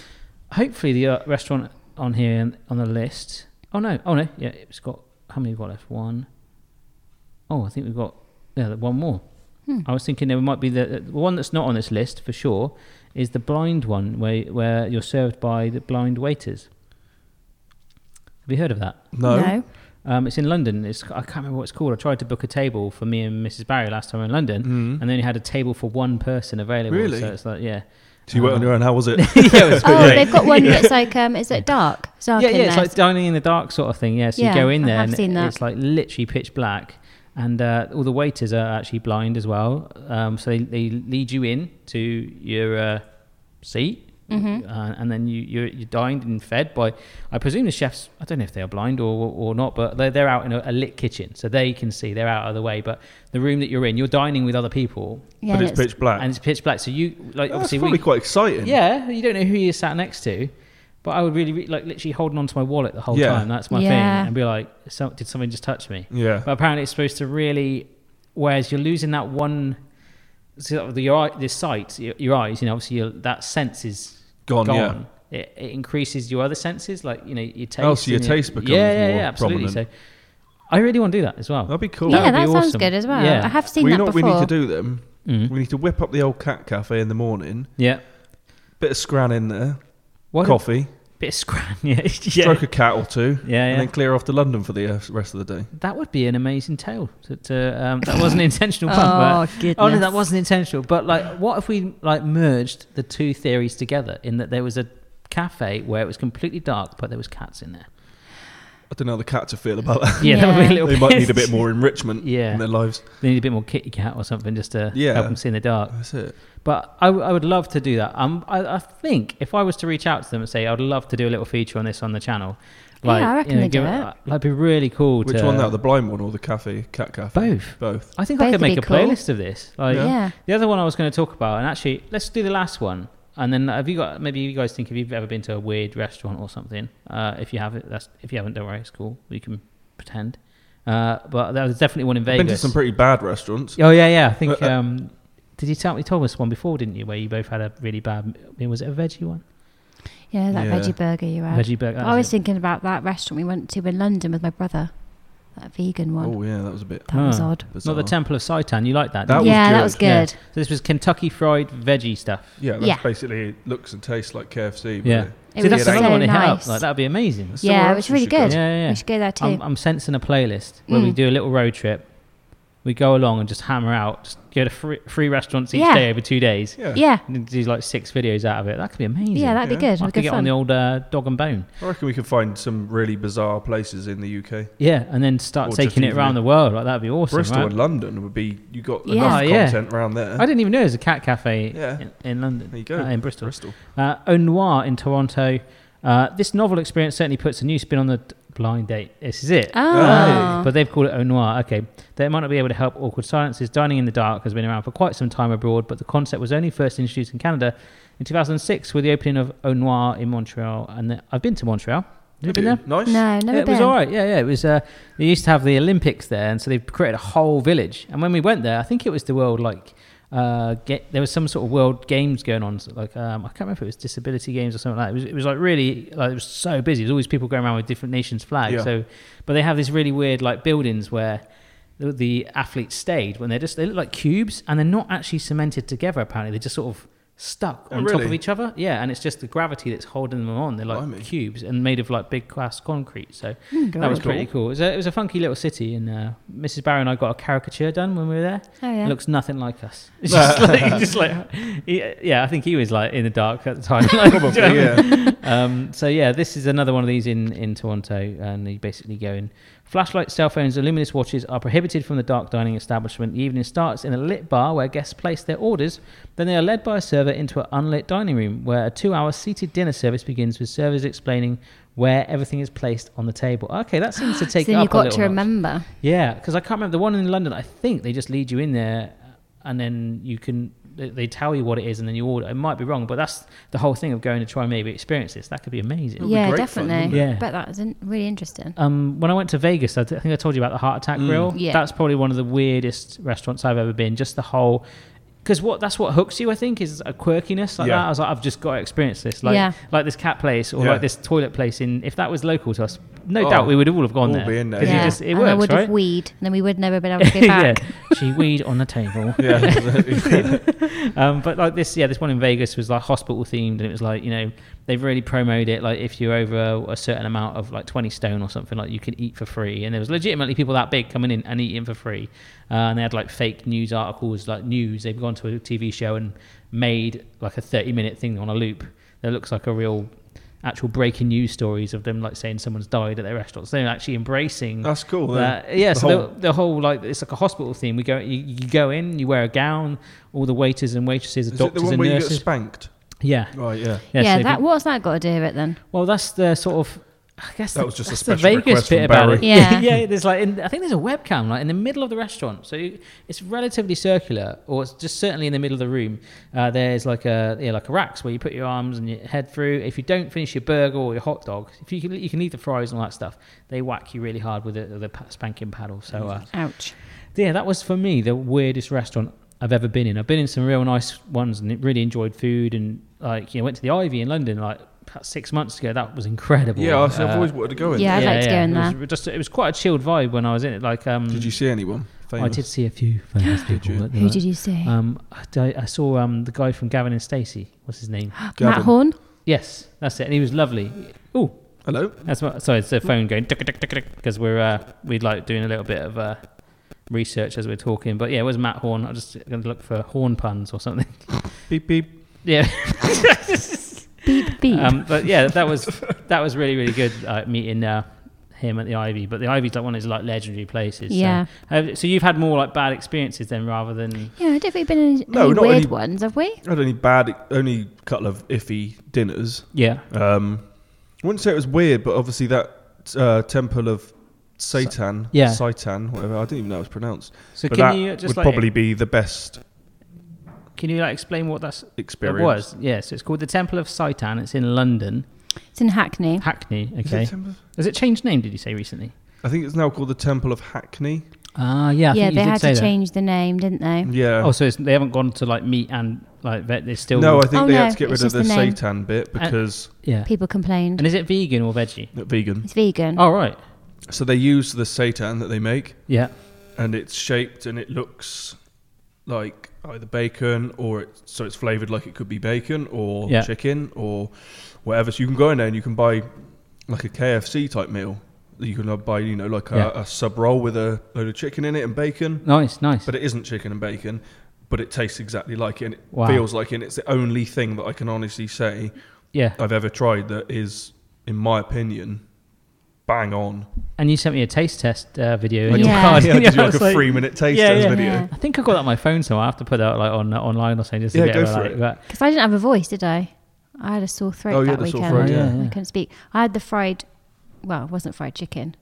S1: hopefully the uh, restaurant on here and- on the list. Oh no, oh no, yeah. It's got how many we have got left? One. Oh, I think we've got yeah one more.
S2: Hmm.
S1: I was thinking there might be the, the one that's not on this list for sure is the blind one where where you're served by the blind waiters. Have you heard of that?
S4: no.
S2: No.
S1: Um, it's in London. It's I can't remember what it's called. I tried to book a table for me and Mrs. Barry last time in London,
S4: Hmm.
S1: and they only had a table for one person available.
S4: Mm-hmm. Really?
S1: So it's like yeah,
S4: So you went on your own. How was it?
S1: yeah, it was
S2: Oh,
S1: great.
S2: they've got one that's like, um, is it dark? It's dark
S1: yeah,
S2: in
S1: yeah. It's
S2: there.
S1: like dining in the dark sort of thing. Yeah. So
S2: Yeah,
S1: you go in
S2: I
S1: there
S2: have
S1: and
S2: seen that.
S1: it's like literally pitch black, and uh, all the waiters are actually blind as well. Um, so they, they lead you in to your uh, seat.
S2: Mm-hmm.
S1: Uh, and then you you're, you're dined and fed by, I presume the chefs. I don't know if they are blind or or not, but they're, they're out in a, a lit kitchen, so they can see. They're out of the way, but the room that you're in, you're dining with other people,
S2: yeah,
S4: but
S2: and
S4: it's pitch black.
S1: and it's pitch black. So you like
S4: That's
S1: obviously
S4: probably
S1: we,
S4: quite exciting.
S1: yeah, you don't know who you're sat next to. But I would really, re- like literally holding onto my wallet the whole
S4: Yeah.
S1: time. That's my
S2: Yeah.
S1: thing, and be like, so, "Did something just touch me?"
S4: Yeah.
S1: But apparently, it's supposed to really. Whereas you're losing that one, so that the your eye- the sight, your, your eyes. You know, obviously, your, that sense is
S4: Gone, yeah.
S1: It, it increases your other senses, like you know, your taste.
S4: Oh, so your
S1: and
S4: taste becomes
S1: yeah, yeah,
S4: more
S1: yeah, absolutely.
S4: prominent.
S1: So, I really want to do that as well.
S4: That'd be cool.
S1: That
S2: yeah,
S1: would
S2: that
S1: be
S2: sounds
S1: awesome.
S2: good as well.
S1: Yeah.
S2: I have seen
S4: we
S2: that
S4: know what
S2: before.
S4: we need to do them.
S1: Mm.
S4: We need to whip up the old cat cafe in the morning.
S1: Yeah,
S4: Bit of scran in there.
S1: what
S4: coffee.
S1: a bit of scran. Yeah, yeah.
S4: Stroke a cat or two.
S1: Yeah, yeah.
S4: And then clear off to London for the uh, rest of the day.
S1: That would be an amazing tale. To, to, um, that wasn't intentional.
S2: Oh,
S1: but,
S2: goodness.
S1: Oh no, that wasn't intentional. But like, what if we like merged the two theories together in that there was a cafe where it was completely dark, but there was cats in there.
S4: I don't know how the cats would feel about that.
S1: Yeah, that would be a
S2: Yeah.
S1: little.
S4: they might
S1: bit-
S4: need a bit more enrichment
S1: Yeah.
S4: in their lives.
S1: They need a bit more kitty cat or something just to
S4: Yeah.
S1: help them see in the dark.
S4: That's it.
S1: But I, w- I would love to do that. Um, I, I think if I was to reach out to them and say I'd love to do a little feature on this on the channel,
S2: Yeah, I reckon they'd
S1: give
S2: do
S1: uh, That'd be really cool.
S4: Which
S1: to,
S4: one, that? The blind one or the cafe? Cat cafe?
S1: uh, Both.
S4: Both.
S1: I think I
S2: Both
S1: could
S2: would
S1: make a
S2: be cool.
S1: playlist of this. Like,
S2: Yeah. Yeah.
S1: The other one I was going to talk about, and actually, let's do the last one. And then, have you got? Maybe you guys think if you've ever been to a weird restaurant or something. Uh, if you have it, that's if you haven't, don't worry, it's cool. We can pretend. Uh, but there was definitely one in
S4: I've
S1: Vegas.
S4: been to some pretty bad restaurants.
S1: oh yeah, yeah. I think.
S4: Uh, uh,
S1: Um, did you tell me told us one before, didn't you? Where you both had a really bad. I mean, was it a veggie one?
S2: Yeah, that
S4: Yeah.
S2: veggie burger you had.
S1: Veggie burger. that
S2: I was
S1: was it.
S2: thinking about that restaurant we went to in London with my brother. That vegan one.
S4: Oh, yeah, that was a bit
S2: that was
S1: Ah.
S2: odd.
S4: bizarre.
S1: Not the Temple of Saitan. You like that?
S4: That
S1: didn't you?
S2: yeah,
S4: was
S2: that was
S1: Yeah.
S2: good.
S1: So this was Kentucky Fried Veggie stuff.
S4: Yeah, that's
S2: Yeah.
S4: basically it looks and tastes like KFC. but
S1: Yeah.
S2: It
S1: See,
S2: was
S1: that's
S2: so
S1: another one to hit up.
S2: nice.
S1: Like that'd be amazing.
S4: That's somewhere
S2: yeah, it
S4: else
S2: was
S4: we
S2: really
S4: should go.
S2: good.
S1: Yeah, yeah, yeah.
S2: We should go there too.
S1: I'm, I'm sensing a playlist where we
S2: Mm.
S1: do a little road trip. We go along and just hammer out, just go to free, free restaurants each
S2: Yeah.
S1: day over two days.
S4: Yeah.
S2: yeah,
S1: And do like six videos out of it. That could be amazing.
S2: yeah, that'd be
S4: Yeah.
S2: good.
S1: I
S2: It'd
S1: have
S2: be
S1: to
S2: good
S1: get
S2: fun.
S1: on the old uh, dog and bone.
S4: I reckon we could find some really bizarre places in the UK.
S1: Yeah, and then start
S4: Or just
S1: taking it
S4: even
S1: around
S4: it-
S1: the world. Like that'd be awesome.
S4: Bristol
S1: right?
S4: and London would be you got
S2: Yeah.
S4: enough
S1: Ah, yeah.
S4: content around there.
S1: I didn't even know there's a cat cafe
S4: Yeah.
S1: in, in London.
S4: There you go.
S1: uh, in Bristol.
S4: Bristol.
S1: Uh, Au Noir in Toronto. Uh, this novel experience certainly puts a new spin on the d- blind date. This is it.
S2: Ah.
S1: But they've called it au noir. Okay. They might not be able to help awkward silences. Dining in the dark has been around for quite some time abroad, but the concept was only first introduced in Canada in 2006 with the opening of au noir in Montreal. And the, I've been to Montreal. Have you been there?
S4: Nice.
S2: No, never
S1: it
S2: been.
S1: was all right. Yeah, yeah. It was. Uh, they used to have the Olympics there, and so they created a whole village. And when we went there, I think it was the world like. Uh, get, there was some sort of world games going on, so, like um, I can't remember if it was disability games or something like that. It was, it was like really, like it was so busy. There's always people going around with different nations' flags.
S4: Yeah.
S1: So, but they have these really weird like buildings where the, the athletes stayed when they're just they look like cubes and they're not actually cemented together. Apparently, they're just sort of stuck
S4: Oh,
S1: on top
S4: really?
S1: of each other. Yeah, and it's just the gravity that's holding them on. They're like
S4: Blimey.
S1: cubes and made of like big glass concrete. So
S2: Hmm,
S1: that was pretty cool. It was a, it was a funky little city, and uh, Mrs. Barrow and I got a caricature done when we were there.
S2: Oh, yeah.
S1: It looks nothing like us. It's just like, just like he- yeah, I think he was like in the dark at the time. Probably,
S4: yeah.
S1: Um, so yeah, this is another one of these in in Toronto, and you basically go in. Flashlights, cell phones, and luminous watches are prohibited from the dark dining establishment. The evening starts in a lit bar where guests place their orders. Then they are led by a server into an unlit dining room where a two-hour seated dinner service begins with servers explaining where everything is placed on the table. Okay, that seems to take
S2: so
S1: up
S2: you've
S1: a
S2: got
S1: little
S2: to
S1: notch.
S2: remember.
S1: Yeah, because I can't remember the one in London. I think they just lead you in there, and then you can they- they tell you what it is, and then you order. It might be wrong, but that's the whole thing of going to try and maybe experience this. That could be amazing.
S2: Yeah,
S4: great fun,
S2: definitely.
S1: wouldn't it? Yeah.
S2: But that was in- really interesting.
S1: Um, when I went to Vegas, I, d- I think I told you about the Heart
S4: Mm.
S1: Attack Grill.
S2: Yeah.
S1: That's probably one of the weirdest restaurants I've ever been. Just the whole. Because what that's what hooks you, I think, is a quirkiness like
S4: Yeah.
S1: that. I was like, I've just got to experience this, like
S2: Yeah.
S1: like this cat place or
S4: Yeah.
S1: like this toilet place. In if that was local to us, no
S4: Oh,
S1: doubt we would all have gone
S4: all
S1: there.
S4: be in there,
S1: 'Cause it
S4: yeah.
S1: just it
S2: and I
S1: works,
S2: would
S1: right?
S2: have weed, and then we would never been able to go back.
S1: Yeah, she weed on the table.
S4: Yeah.
S1: Um, but like this, yeah, this one in Vegas was like hospital themed, and it was like you know they've really promoted it. Like if you're over a certain amount of like 20 stone or something, like you can eat for free. And there was legitimately people that big coming in and eating for free. Uh, and they had like fake news articles, like news. They've gone to a TV show and made like a 30 minute thing on a loop that looks like a real actual breaking news stories of them like saying someone's died at their restaurants. they're actually embracing
S4: That's cool, then.
S1: that- yeah,
S4: The
S1: so
S4: whole-
S1: the, the whole like it's like a hospital theme. We go, you, you go in, you wear a gown. All the waiters and waitresses, are
S4: Is it
S1: doctors
S4: the one
S1: and
S4: where you get
S1: nurses.
S4: spanked?
S1: yeah,
S4: Right, yeah.
S1: yeah.
S2: Yeah,
S1: so they've
S2: that
S1: been-
S2: what's that got to do with it then?
S1: well, that's the sort of. I guess
S4: That
S1: the-
S4: was just a
S1: that's the
S4: special
S1: Vegas
S4: request
S1: bit
S4: from
S1: about it.
S4: Barry.
S1: Yeah,
S2: Yeah.
S1: yeah. There's like, in, I think there's a webcam like in the middle of the restaurant, so you- it's relatively circular, or it's just certainly in the middle of the room. Uh, there's like a yeah, like a racks where you put your arms and your head through. If you don't finish your burger or your hot dog, if you can, you can leave the fries and all that stuff. They whack you really hard with the, the pa- spanking paddle. So uh,
S2: Ouch.
S1: yeah, that was for me the weirdest restaurant I've ever been in. I've been in some real nice ones and really enjoyed food and like you know went to the Ivy in London like about six months ago. That was incredible.
S4: Yeah, I said I've
S1: Uh,
S4: always wanted to go in.
S2: Yeah, I'd like to go in
S1: It was
S2: there.
S1: re- just it was quite a chilled vibe when I was in it. Like um,
S4: Did you see anyone?
S1: I
S4: Famous?
S1: did see a few famous people.
S4: you?
S1: at the
S2: Who
S1: night.
S2: did you see?
S1: Um, I, d- I saw um the guy from Gavin and Stacey. What's his name?
S2: Matt
S4: Gavin.
S2: Horn.
S1: yes, that's it. And he was lovely. Oh,
S4: Hello?
S1: that's what. Sorry, it's the phone going because we're uh, we like doing a little bit of uh, research as we're talking. But yeah, it was Matt Horn. I'm just going to look for horn puns or something.
S4: Beep, beep.
S1: Yeah.
S2: Beep beep.
S1: Um, but yeah, that was that was really really good uh, meeting uh, him at the Ivy. But the Ivy's like one of those like legendary places. so-
S2: Yeah.
S1: Uh, so you've had more like bad experiences then, rather than
S2: yeah, I don't think we've been in any
S4: No, not
S2: weird
S4: any-
S2: ones, have we?
S4: I had only bad, only couple of iffy dinners.
S1: yeah.
S4: Um, I wouldn't say it was weird, but obviously that uh, temple of Satan,
S1: Yeah.
S4: Satan, whatever. I didn't even know how it's pronounced.
S1: So
S4: but
S1: can
S4: that
S1: you just
S4: would
S1: like
S4: probably be the best
S1: can you like explain what that's it
S4: experience.
S1: was? Yeah. So it's called the Temple of Satan. It's in London,
S2: It's in Hackney.
S1: Hackney.
S4: Is it
S1: Okay.
S4: Temple of-
S1: Has it changed name? Did you say recently?
S4: I think it's now called the Temple of Hackney.
S1: Ah, yeah. I
S2: yeah,
S1: think you
S2: they
S1: did
S2: had
S1: say
S2: to
S1: that.
S2: change the name, didn't they?
S4: Yeah.
S1: Oh, so it's, they haven't gone to like meat and like vet. They're still
S4: no, I think
S2: Oh,
S4: they
S2: no,
S4: had to get
S2: it's
S4: rid of
S2: just
S4: the,
S2: the name.
S4: Satan
S1: Uh,
S4: bit because
S1: yeah.
S2: People complained.
S1: And is it vegan or veggie?
S4: vegan.
S2: It's vegan.
S1: Oh right.
S4: So they use the Satan that they make,
S1: Yeah.
S4: and it's shaped and it looks like either bacon or it, so it's flavored like it could be bacon or
S1: Yeah.
S4: chicken or whatever. So you can go in there and you can buy like a KFC type meal. You can uh, buy you know like a,
S1: Yeah.
S4: a sub roll with a load of chicken in it and bacon,
S1: Nice, nice.
S4: but it isn't chicken and bacon, but it tastes exactly like it. And it
S1: Wow.
S4: feels like it. And it's the only thing that I can honestly say
S1: yeah.
S4: I've ever tried that is, in my opinion, bang on.
S1: And you sent me a taste test uh, video. in
S2: I did.
S1: your
S2: Yeah.
S1: card.
S4: Yeah, I did
S1: I
S4: like a
S1: was like-
S4: three minute taste
S1: Yeah,
S4: test
S1: yeah.
S4: video.
S2: Yeah.
S1: I think I got that on my phone, so I have to put that like on uh, online or something just to
S4: Yeah,
S1: get
S4: go
S1: it,
S4: for
S1: like,
S4: it.
S1: But
S2: Because I didn't have a voice, did I? I had a sore throat
S4: Oh, you
S2: that
S4: had a sore
S2: weekend.
S4: throat,
S5: yeah.
S2: I couldn't speak. I had the fried, well, it wasn't fried chicken,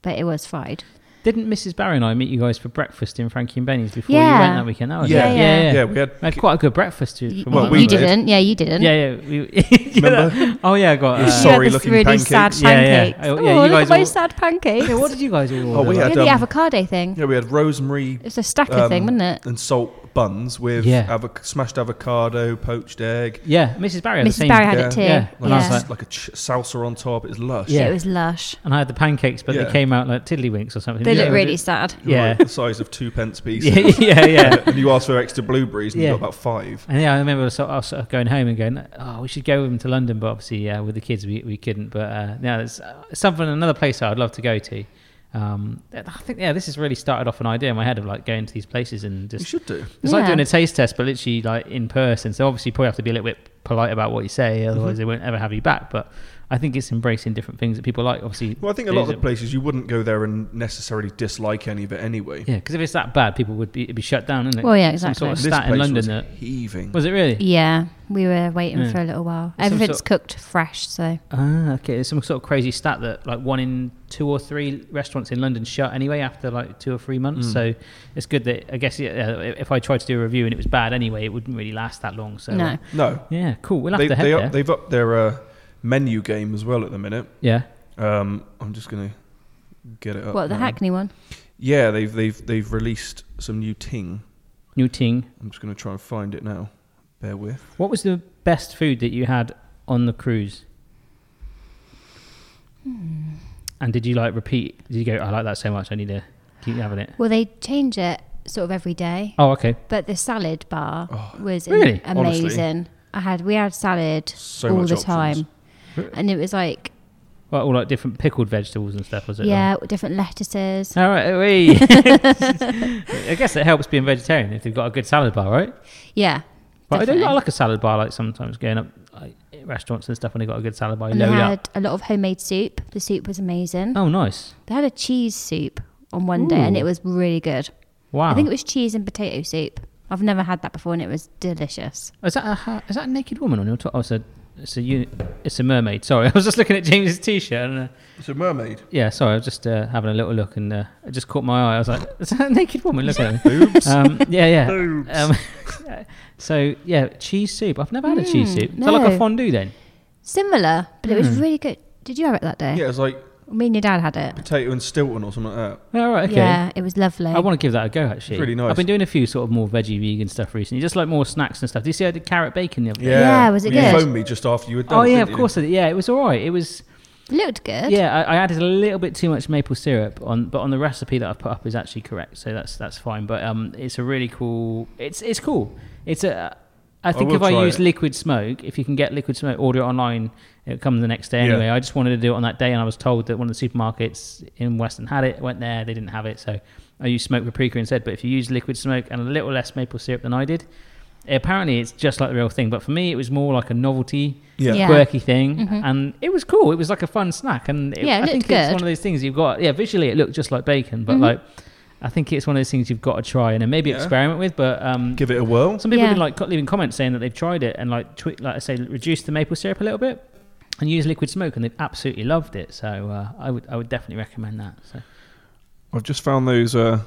S2: but it was fried.
S1: Didn't Mrs. Barry and I meet you guys for breakfast in Frankie and Benny's before
S2: Yeah.
S1: you went that weekend? That was
S4: Yeah.
S1: it.
S2: Yeah,
S1: yeah,
S2: yeah.
S4: Yeah, we had.
S1: We had quite a good breakfast. To,
S2: You,
S1: from
S4: Well,
S1: what I
S2: you
S4: we
S1: remember.
S4: did.
S2: didn't. Yeah, you didn't.
S1: Yeah, yeah. We, yeah, that- Oh yeah, I got.
S4: You're
S1: Uh,
S2: You had
S4: Sorry
S2: this
S4: looking
S2: really
S4: pancakes.
S2: sad
S1: Yeah, yeah.
S2: pancakes.
S1: Oh,
S2: Oh,
S1: yeah, you
S2: look
S1: guys
S2: at my
S1: all-
S2: sad pancakes.
S1: yeah, what did you guys all?
S4: Oh, we
S1: order?
S2: yeah,
S4: had,
S2: the
S4: um,
S2: avocado thing.
S4: Yeah, we had rosemary
S2: It was a stacker
S4: um,
S2: thing, wasn't it?
S4: and salt buns with
S1: Yeah.
S4: avoc- smashed avocado, poached egg.
S1: Yeah, Mrs. Barry. Had the
S2: Mrs.
S1: same,
S2: Barry had
S4: yeah.
S2: it too.
S1: Yeah,
S2: Yeah,
S1: when
S4: Like,
S1: I
S4: a
S1: was
S4: s- like a ch- salsa on top. It's lush.
S1: Yeah.
S2: it was lush.
S1: and I had the pancakes, but
S4: Yeah.
S1: they came out like tiddlywinks or something.
S2: They
S1: Yeah.
S2: look really sad.
S4: They were
S1: Yeah.
S4: like the size of two pence piece.
S1: Yeah, yeah, yeah.
S4: and you asked for extra blueberries and
S1: Yeah.
S4: you got about five.
S1: And yeah, I remember sort of, sort of going home and going, "Oh, we should go with them to London," but obviously, yeah, with the kids, we, we couldn't. But uh, yeah, it's uh, something another place I'd love to go to. Um, I think yeah, this has really started off an idea in my head of like going to these places and
S4: You
S1: just
S4: should do.
S1: It's like
S2: Yeah.
S1: doing a taste test, but literally like in person. So obviously, you probably have to be a little bit polite about what you
S2: Mm-hmm.
S1: say, otherwise they won't ever have you back. But I think it's embracing different things that people like. Obviously,
S4: Well, I think a lot of the places you wouldn't go there and necessarily dislike any of it anyway.
S1: yeah, because if it's that bad, people would be it'd be shut down, isn't it?
S2: Well, yeah,
S1: Some sort of
S4: This
S2: exactly.
S1: stat in
S4: place
S1: London
S4: was
S1: that
S4: heaving.
S1: was it really?
S2: Yeah, we were waiting
S1: Yeah.
S2: for a little while.
S1: Some
S2: Everything's
S1: sort-
S2: cooked fresh, so
S1: Ah, okay. There's some sort of crazy stat that like one in two or three restaurants in London shut anyway after like two or three months.
S4: Mm.
S1: So it's good that I guess yeah, uh, if I tried to do a review and it was bad anyway, it wouldn't really last that long. So
S2: no.
S1: uh,
S4: No,
S1: yeah, cool. We'll have
S4: they,
S1: to head
S4: they
S1: there.
S4: up, they've upped their uh, menu game as well at the minute.
S1: yeah.
S4: Um, I'm just gonna get
S1: Oh,
S4: it up.
S2: what the
S4: now.
S2: Hackney one?
S4: Yeah, they've they've they've released some new ting.
S1: New ting.
S4: I'm just gonna try and find it now. Bear with.
S1: What was the best food that you had on the cruise?
S2: Hmm.
S1: And did you like repeat? Did you go? I like that so much. I need to keep having it.
S2: Well, they change it sort of every day,
S1: Oh, okay.
S2: but the salad bar was
S1: Oh, Really?
S2: am- amazing. I had we had salad
S4: So
S2: all
S4: much
S2: the
S4: options.
S2: time, and it was like
S1: Well, all like different pickled vegetables and stuff, was it? uh,
S2: yeah, different lettuces.
S1: All right. we- I guess it helps being vegetarian if they've got a good salad bar, right?
S2: Yeah,
S1: But I
S2: definitely.
S1: don't I like a salad bar. Like sometimes going up like, restaurants and stuff, when they got a good salad bar, you
S2: And they
S1: load
S2: had
S1: up.
S2: a lot of homemade soup. The soup was amazing.
S1: Oh, nice!
S2: They had a cheese soup on one day, and it was really good.
S1: Wow.
S2: I think it was cheese and potato soup. I've never had that before, and it was delicious.
S1: Is that a, ha- is that a naked woman on your top? Oh, it's a it's a uni- it's a mermaid. Sorry, I was just looking at James's t-shirt and uh,
S4: It's a mermaid.
S1: yeah, sorry, I was just uh, having a little look and uh, it just caught my eye. I was like, is that a naked woman? Look at her.
S4: Oops.
S1: Um, yeah, yeah. Um, so yeah, cheese soup. I've never had a cheese
S2: Mm,
S1: soup. Is that like a
S2: no.
S1: fondue then?
S2: Similar, but it was
S1: Hmm.
S2: really good. Did you have it that day?
S4: yeah, it's like
S2: Me and your dad had it.
S4: potato and Stilton or something like that.
S1: Yeah, All right, okay.
S2: Yeah, it was lovely.
S1: I want to give that a go actually.
S4: It's really nice.
S1: I've been doing a few sort of more veggie vegan stuff recently, just like more snacks and stuff. Do you see I did carrot bacon the other day?
S2: Yeah. Yeah, was it
S4: you
S2: good?
S4: phoned me just after you had done
S1: Oh
S4: it,
S1: yeah,
S4: didn't
S1: of
S4: you?
S1: course. I did. Yeah, it was all right. It was
S2: Looked good.
S1: Yeah, I, I added a little bit too much maple syrup on, but on the recipe that I've put up is actually correct, so that's that's fine. But um, it's a really cool. It's it's cool. It's a. I think
S4: will
S1: if I
S4: try
S1: use
S4: it.
S1: liquid smoke, if you can get liquid smoke, order it online. It comes the next day
S4: Yeah.
S1: anyway. I just wanted to do it on that day, and I was told that one of the supermarkets in Western had it. Went there, they didn't have it, so I used smoked paprika instead. But if you use liquid smoke and a little less maple syrup than I did, apparently it's just like the real thing. But for me, it was more like a novelty
S4: Yeah.
S2: Yeah. Mm-hmm.
S1: quirky thing, and it was cool. It was like a fun snack, and it,
S2: Yeah, it
S1: I think
S2: looked
S1: it's
S2: good. Mm-hmm.
S1: one of those things you've got. Yeah, visually it looked just like bacon, but like I think it's one of those things you've got to try and then maybe
S4: Yeah.
S1: experiment with. But um,
S4: Give it a whirl.
S1: some people
S2: Yeah.
S1: have been like co- leaving comments saying that they've tried it and like tweak, like I say, reduce the maple syrup a little bit and use liquid smoke, and they've absolutely loved it. So uh, I would I would definitely recommend that. So
S4: I've just found those uh,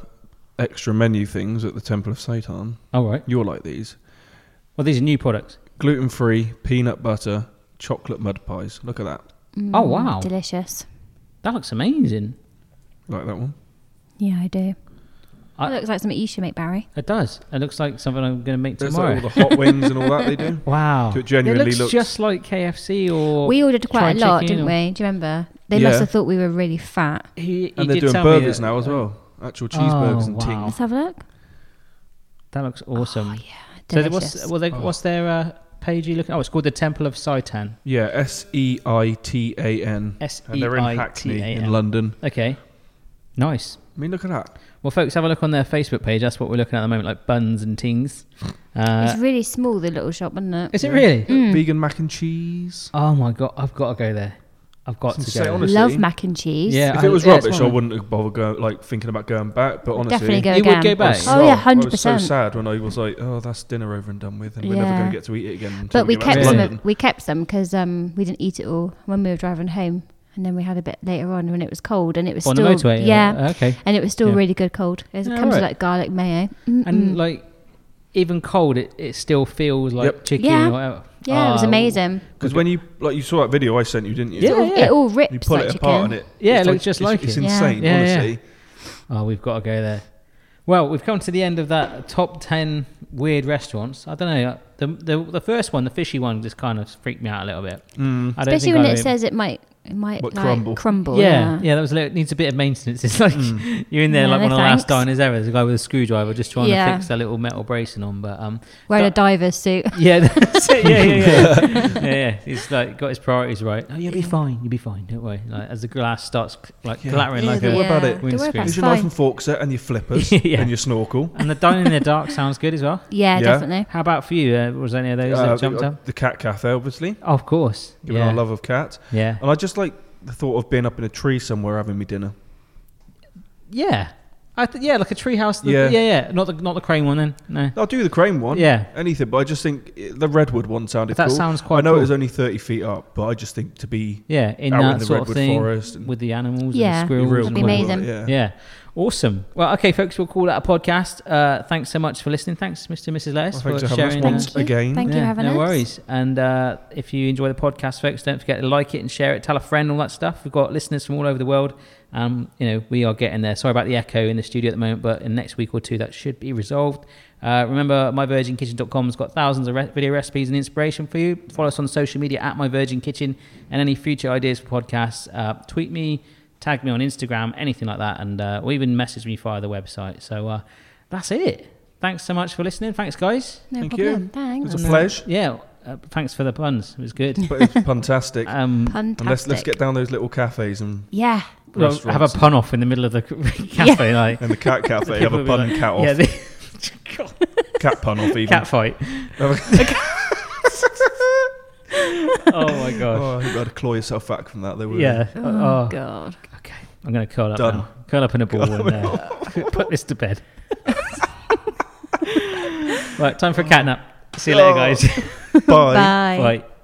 S4: extra menu things at the Temple of Satan.
S1: all right,
S4: You'll like these.
S1: well these are new products.
S4: Gluten free, peanut butter, chocolate mud pies. Look at that.
S1: Oh wow,
S2: Mm, Delicious.
S1: that looks amazing.
S4: Like that one.
S2: Yeah, I do.
S1: I-
S2: it looks like something you should make, Barry.
S1: It does. It looks like something I'm going to make
S4: There's
S1: tomorrow.
S4: like all the hot wings and all that they do.
S1: Wow.
S4: So it genuinely
S1: looks,
S4: looks-
S1: just like KFC or
S2: we ordered quite
S1: fried
S2: a lot,
S1: chicken
S2: didn't
S1: or-
S2: we? Do you remember? They
S4: Yeah.
S2: must have thought we were really fat.
S1: He- he
S4: And they're
S1: did
S4: doing
S1: tell me
S4: burgers
S1: that- Oh,
S4: now as well. Actual cheeseburgers and
S1: wow.
S4: ting.
S2: Let's have a look.
S1: That looks awesome. So there-
S2: Delicious.
S1: what's well,
S4: Oh.
S1: they, what's their uh, page? You looking? Oh, it's called the Temple of Satan.
S4: Yeah, S E I T A N. And they're in Hackney
S1: S-E-I-T-A-N.
S4: in London.
S1: Okay, nice.
S4: I mean, look at that.
S1: Well, folks, have a look on their Facebook page. That's what we're looking at at the moment, like buns and tings. Uh,
S2: it's really small, the little shop, isn't it? Hmm.
S1: is it really?
S4: Vegan mac and cheese.
S1: Oh my god, I've got to go there. I've got to
S4: It's
S1: go.
S4: insane,
S1: there.
S4: honestly.
S2: Love mac and cheese.
S1: Yeah,
S4: If it was
S1: yeah, it's
S4: rubbish, I
S1: one of-
S4: wouldn't have bothered go, like thinking about going back. But honestly,
S2: Definitely go
S1: You would
S2: again.
S1: go
S4: I
S1: back.
S4: was
S2: Oh, yeah,
S4: shocked. I was
S2: 100%.
S4: so sad when I was like, "Oh, that's dinner over and done with, and we're never
S2: Yeah.
S4: going to get to eat it again." until
S2: But we
S4: get back
S2: kept
S4: to
S2: some.
S4: London."
S2: Of, we kept some because um, we didn't eat it all when we were driving home, and then we had a bit later on when it was cold, and it was
S1: on the
S2: still
S1: motorway.
S2: yeah,
S1: uh, okay.
S2: and it was still
S1: Yeah.
S2: really good cold. It
S1: Yeah,
S2: comes with
S1: right.
S2: like garlic mayo. Mm-mm.
S1: And like even cold, it, it still feels like
S4: Yep.
S1: chicken.
S2: Yeah.
S1: Or whatever.
S2: yeah, it was
S1: Oh,
S2: amazing.
S4: Because when you like you saw that video I sent you, didn't you?
S1: Yeah,
S2: it, all,
S1: yeah.
S2: it all rips
S4: You pull
S2: like
S4: it
S2: chicken.
S4: apart and it
S1: Yeah, it
S4: it's
S1: looks just
S4: it's-
S1: like
S4: it's
S1: it.
S2: Yeah.
S4: insane.
S1: Yeah, yeah.
S4: honestly,
S1: Oh, we've got to go there. Well, we've come to the end of that top ten weird restaurants. I don't know. The the, the first one, the fishy one, just kind of freaked me out a little bit.
S4: Hmm.
S1: Mm. I don't
S2: Especially
S1: think
S2: when
S1: I
S2: it
S1: really-
S2: says it might, it might
S4: What,
S2: like,
S4: crumble?
S2: crumble.
S1: Yeah, yeah, that was a little, it needs a bit of maintenance. It's like you're in there
S2: Yeah,
S1: like
S2: no
S1: one of the last
S2: thanks.
S1: diners ever. There's a guy with a screwdriver just trying to
S2: Yeah.
S1: fix their little metal bracing on, but um,
S2: Wearing a
S1: That-
S2: diver's suit.
S1: yeah, that's it. yeah, yeah, yeah, yeah, yeah. He's like got his priorities right. Oh, you'll be fine. You'll be fine. Don't worry. Like as the glass starts like
S4: Yeah.
S1: clattering
S4: Yeah,
S1: like
S4: don't
S1: a
S4: worry about it.
S2: Don't worry
S1: windscreen.
S2: about
S4: here's
S2: It's
S4: your knife
S2: fine.
S4: and fork set and your flippers
S1: Yeah.
S4: and your snorkel.
S1: And the dining in the dark sounds good as well.
S2: Yeah,
S4: Yeah.
S2: definitely.
S1: How about for you? Uh, was any of those
S4: Uh,
S1: that jumped up?
S4: The cat cafe, obviously,
S1: Oh, of course.
S4: given
S1: yeah.
S4: our love of cats,
S1: Yeah.
S4: and I just like the thought of being up in a tree somewhere having me dinner.
S1: Yeah. I th- yeah, like a treehouse. the-
S4: Yeah.
S1: yeah, yeah. Not the not the crane one then. No.
S4: I'll do the crane one.
S1: Yeah.
S4: Anything, but I just think i- the redwood one sounded
S1: That
S4: cool.
S1: sounds quite
S4: I know
S1: cool.
S4: it was only 30 feet up, but I just think to be.
S1: Yeah, in
S4: Out
S1: that
S4: in the
S1: sort of
S4: redwood
S1: thing
S4: forest and-
S1: with the animals
S2: Yeah.
S1: and the
S2: Be
S1: squirrels.
S4: real
S1: and
S2: be
S1: all
S4: cool,
S1: that.
S2: amazing.
S4: Yeah.
S1: Yeah. Awesome. Well, okay, folks, we'll call that a podcast. Uh, thanks so much for listening. Thanks, Mr. and Mrs. Lettis,
S4: Well, thanks
S1: for
S4: for having us
S1: sharing.
S4: once
S1: uh,
S2: Thank you.
S4: again.
S2: Thank you for
S1: yeah,
S2: having
S1: no
S2: us.
S1: worries. And uh, if you enjoy the podcast, folks, don't forget to like it and share it. Tell a friend, all that stuff. We've got listeners from all over the world. Um, you know, we are getting there. Sorry about the echo in the studio at the moment, but in next week or two, that should be resolved. Uh, remember, myvirginkitchen.com has got thousands of re- video recipes and inspiration for you. Follow us on social media at myvirginkitchen and any future ideas for podcasts. Uh, tweet me, tag me on Instagram, anything like that, and uh, or even message me via the website. So uh, that's it. Thanks so much for listening. Thanks, guys.
S2: No
S4: Thank you.
S2: problem.
S4: It was
S2: Thanks.
S4: a pleasure.
S1: Yeah, uh, thanks for the puns. It was good.
S4: But it's fantastic.
S1: Um,
S4: and let's, let's
S2: Fantastic.
S4: get down those little cafes and,
S2: Yeah.
S1: we'll have a
S4: restaurants.
S1: pun off in the middle of the c- cafe. Like,
S4: and the cat cafe. have
S1: people will
S4: a
S1: be
S4: pun
S1: like-
S4: cat off.
S1: Yeah, the
S4: cat pun off, even.
S1: cat fight.
S4: oh,
S1: Oh my gosh.
S4: I hope I'd claw yourself back from that. They were.
S1: yeah.
S4: Ah.
S1: Oh,
S2: God.
S1: okay. I'm gonna curl up
S4: Done.
S1: now. Curl up in a ball and uh, put this to bed. right, time for a cat nap. See you later, guys.
S4: Bye.
S2: Bye.
S1: Bye.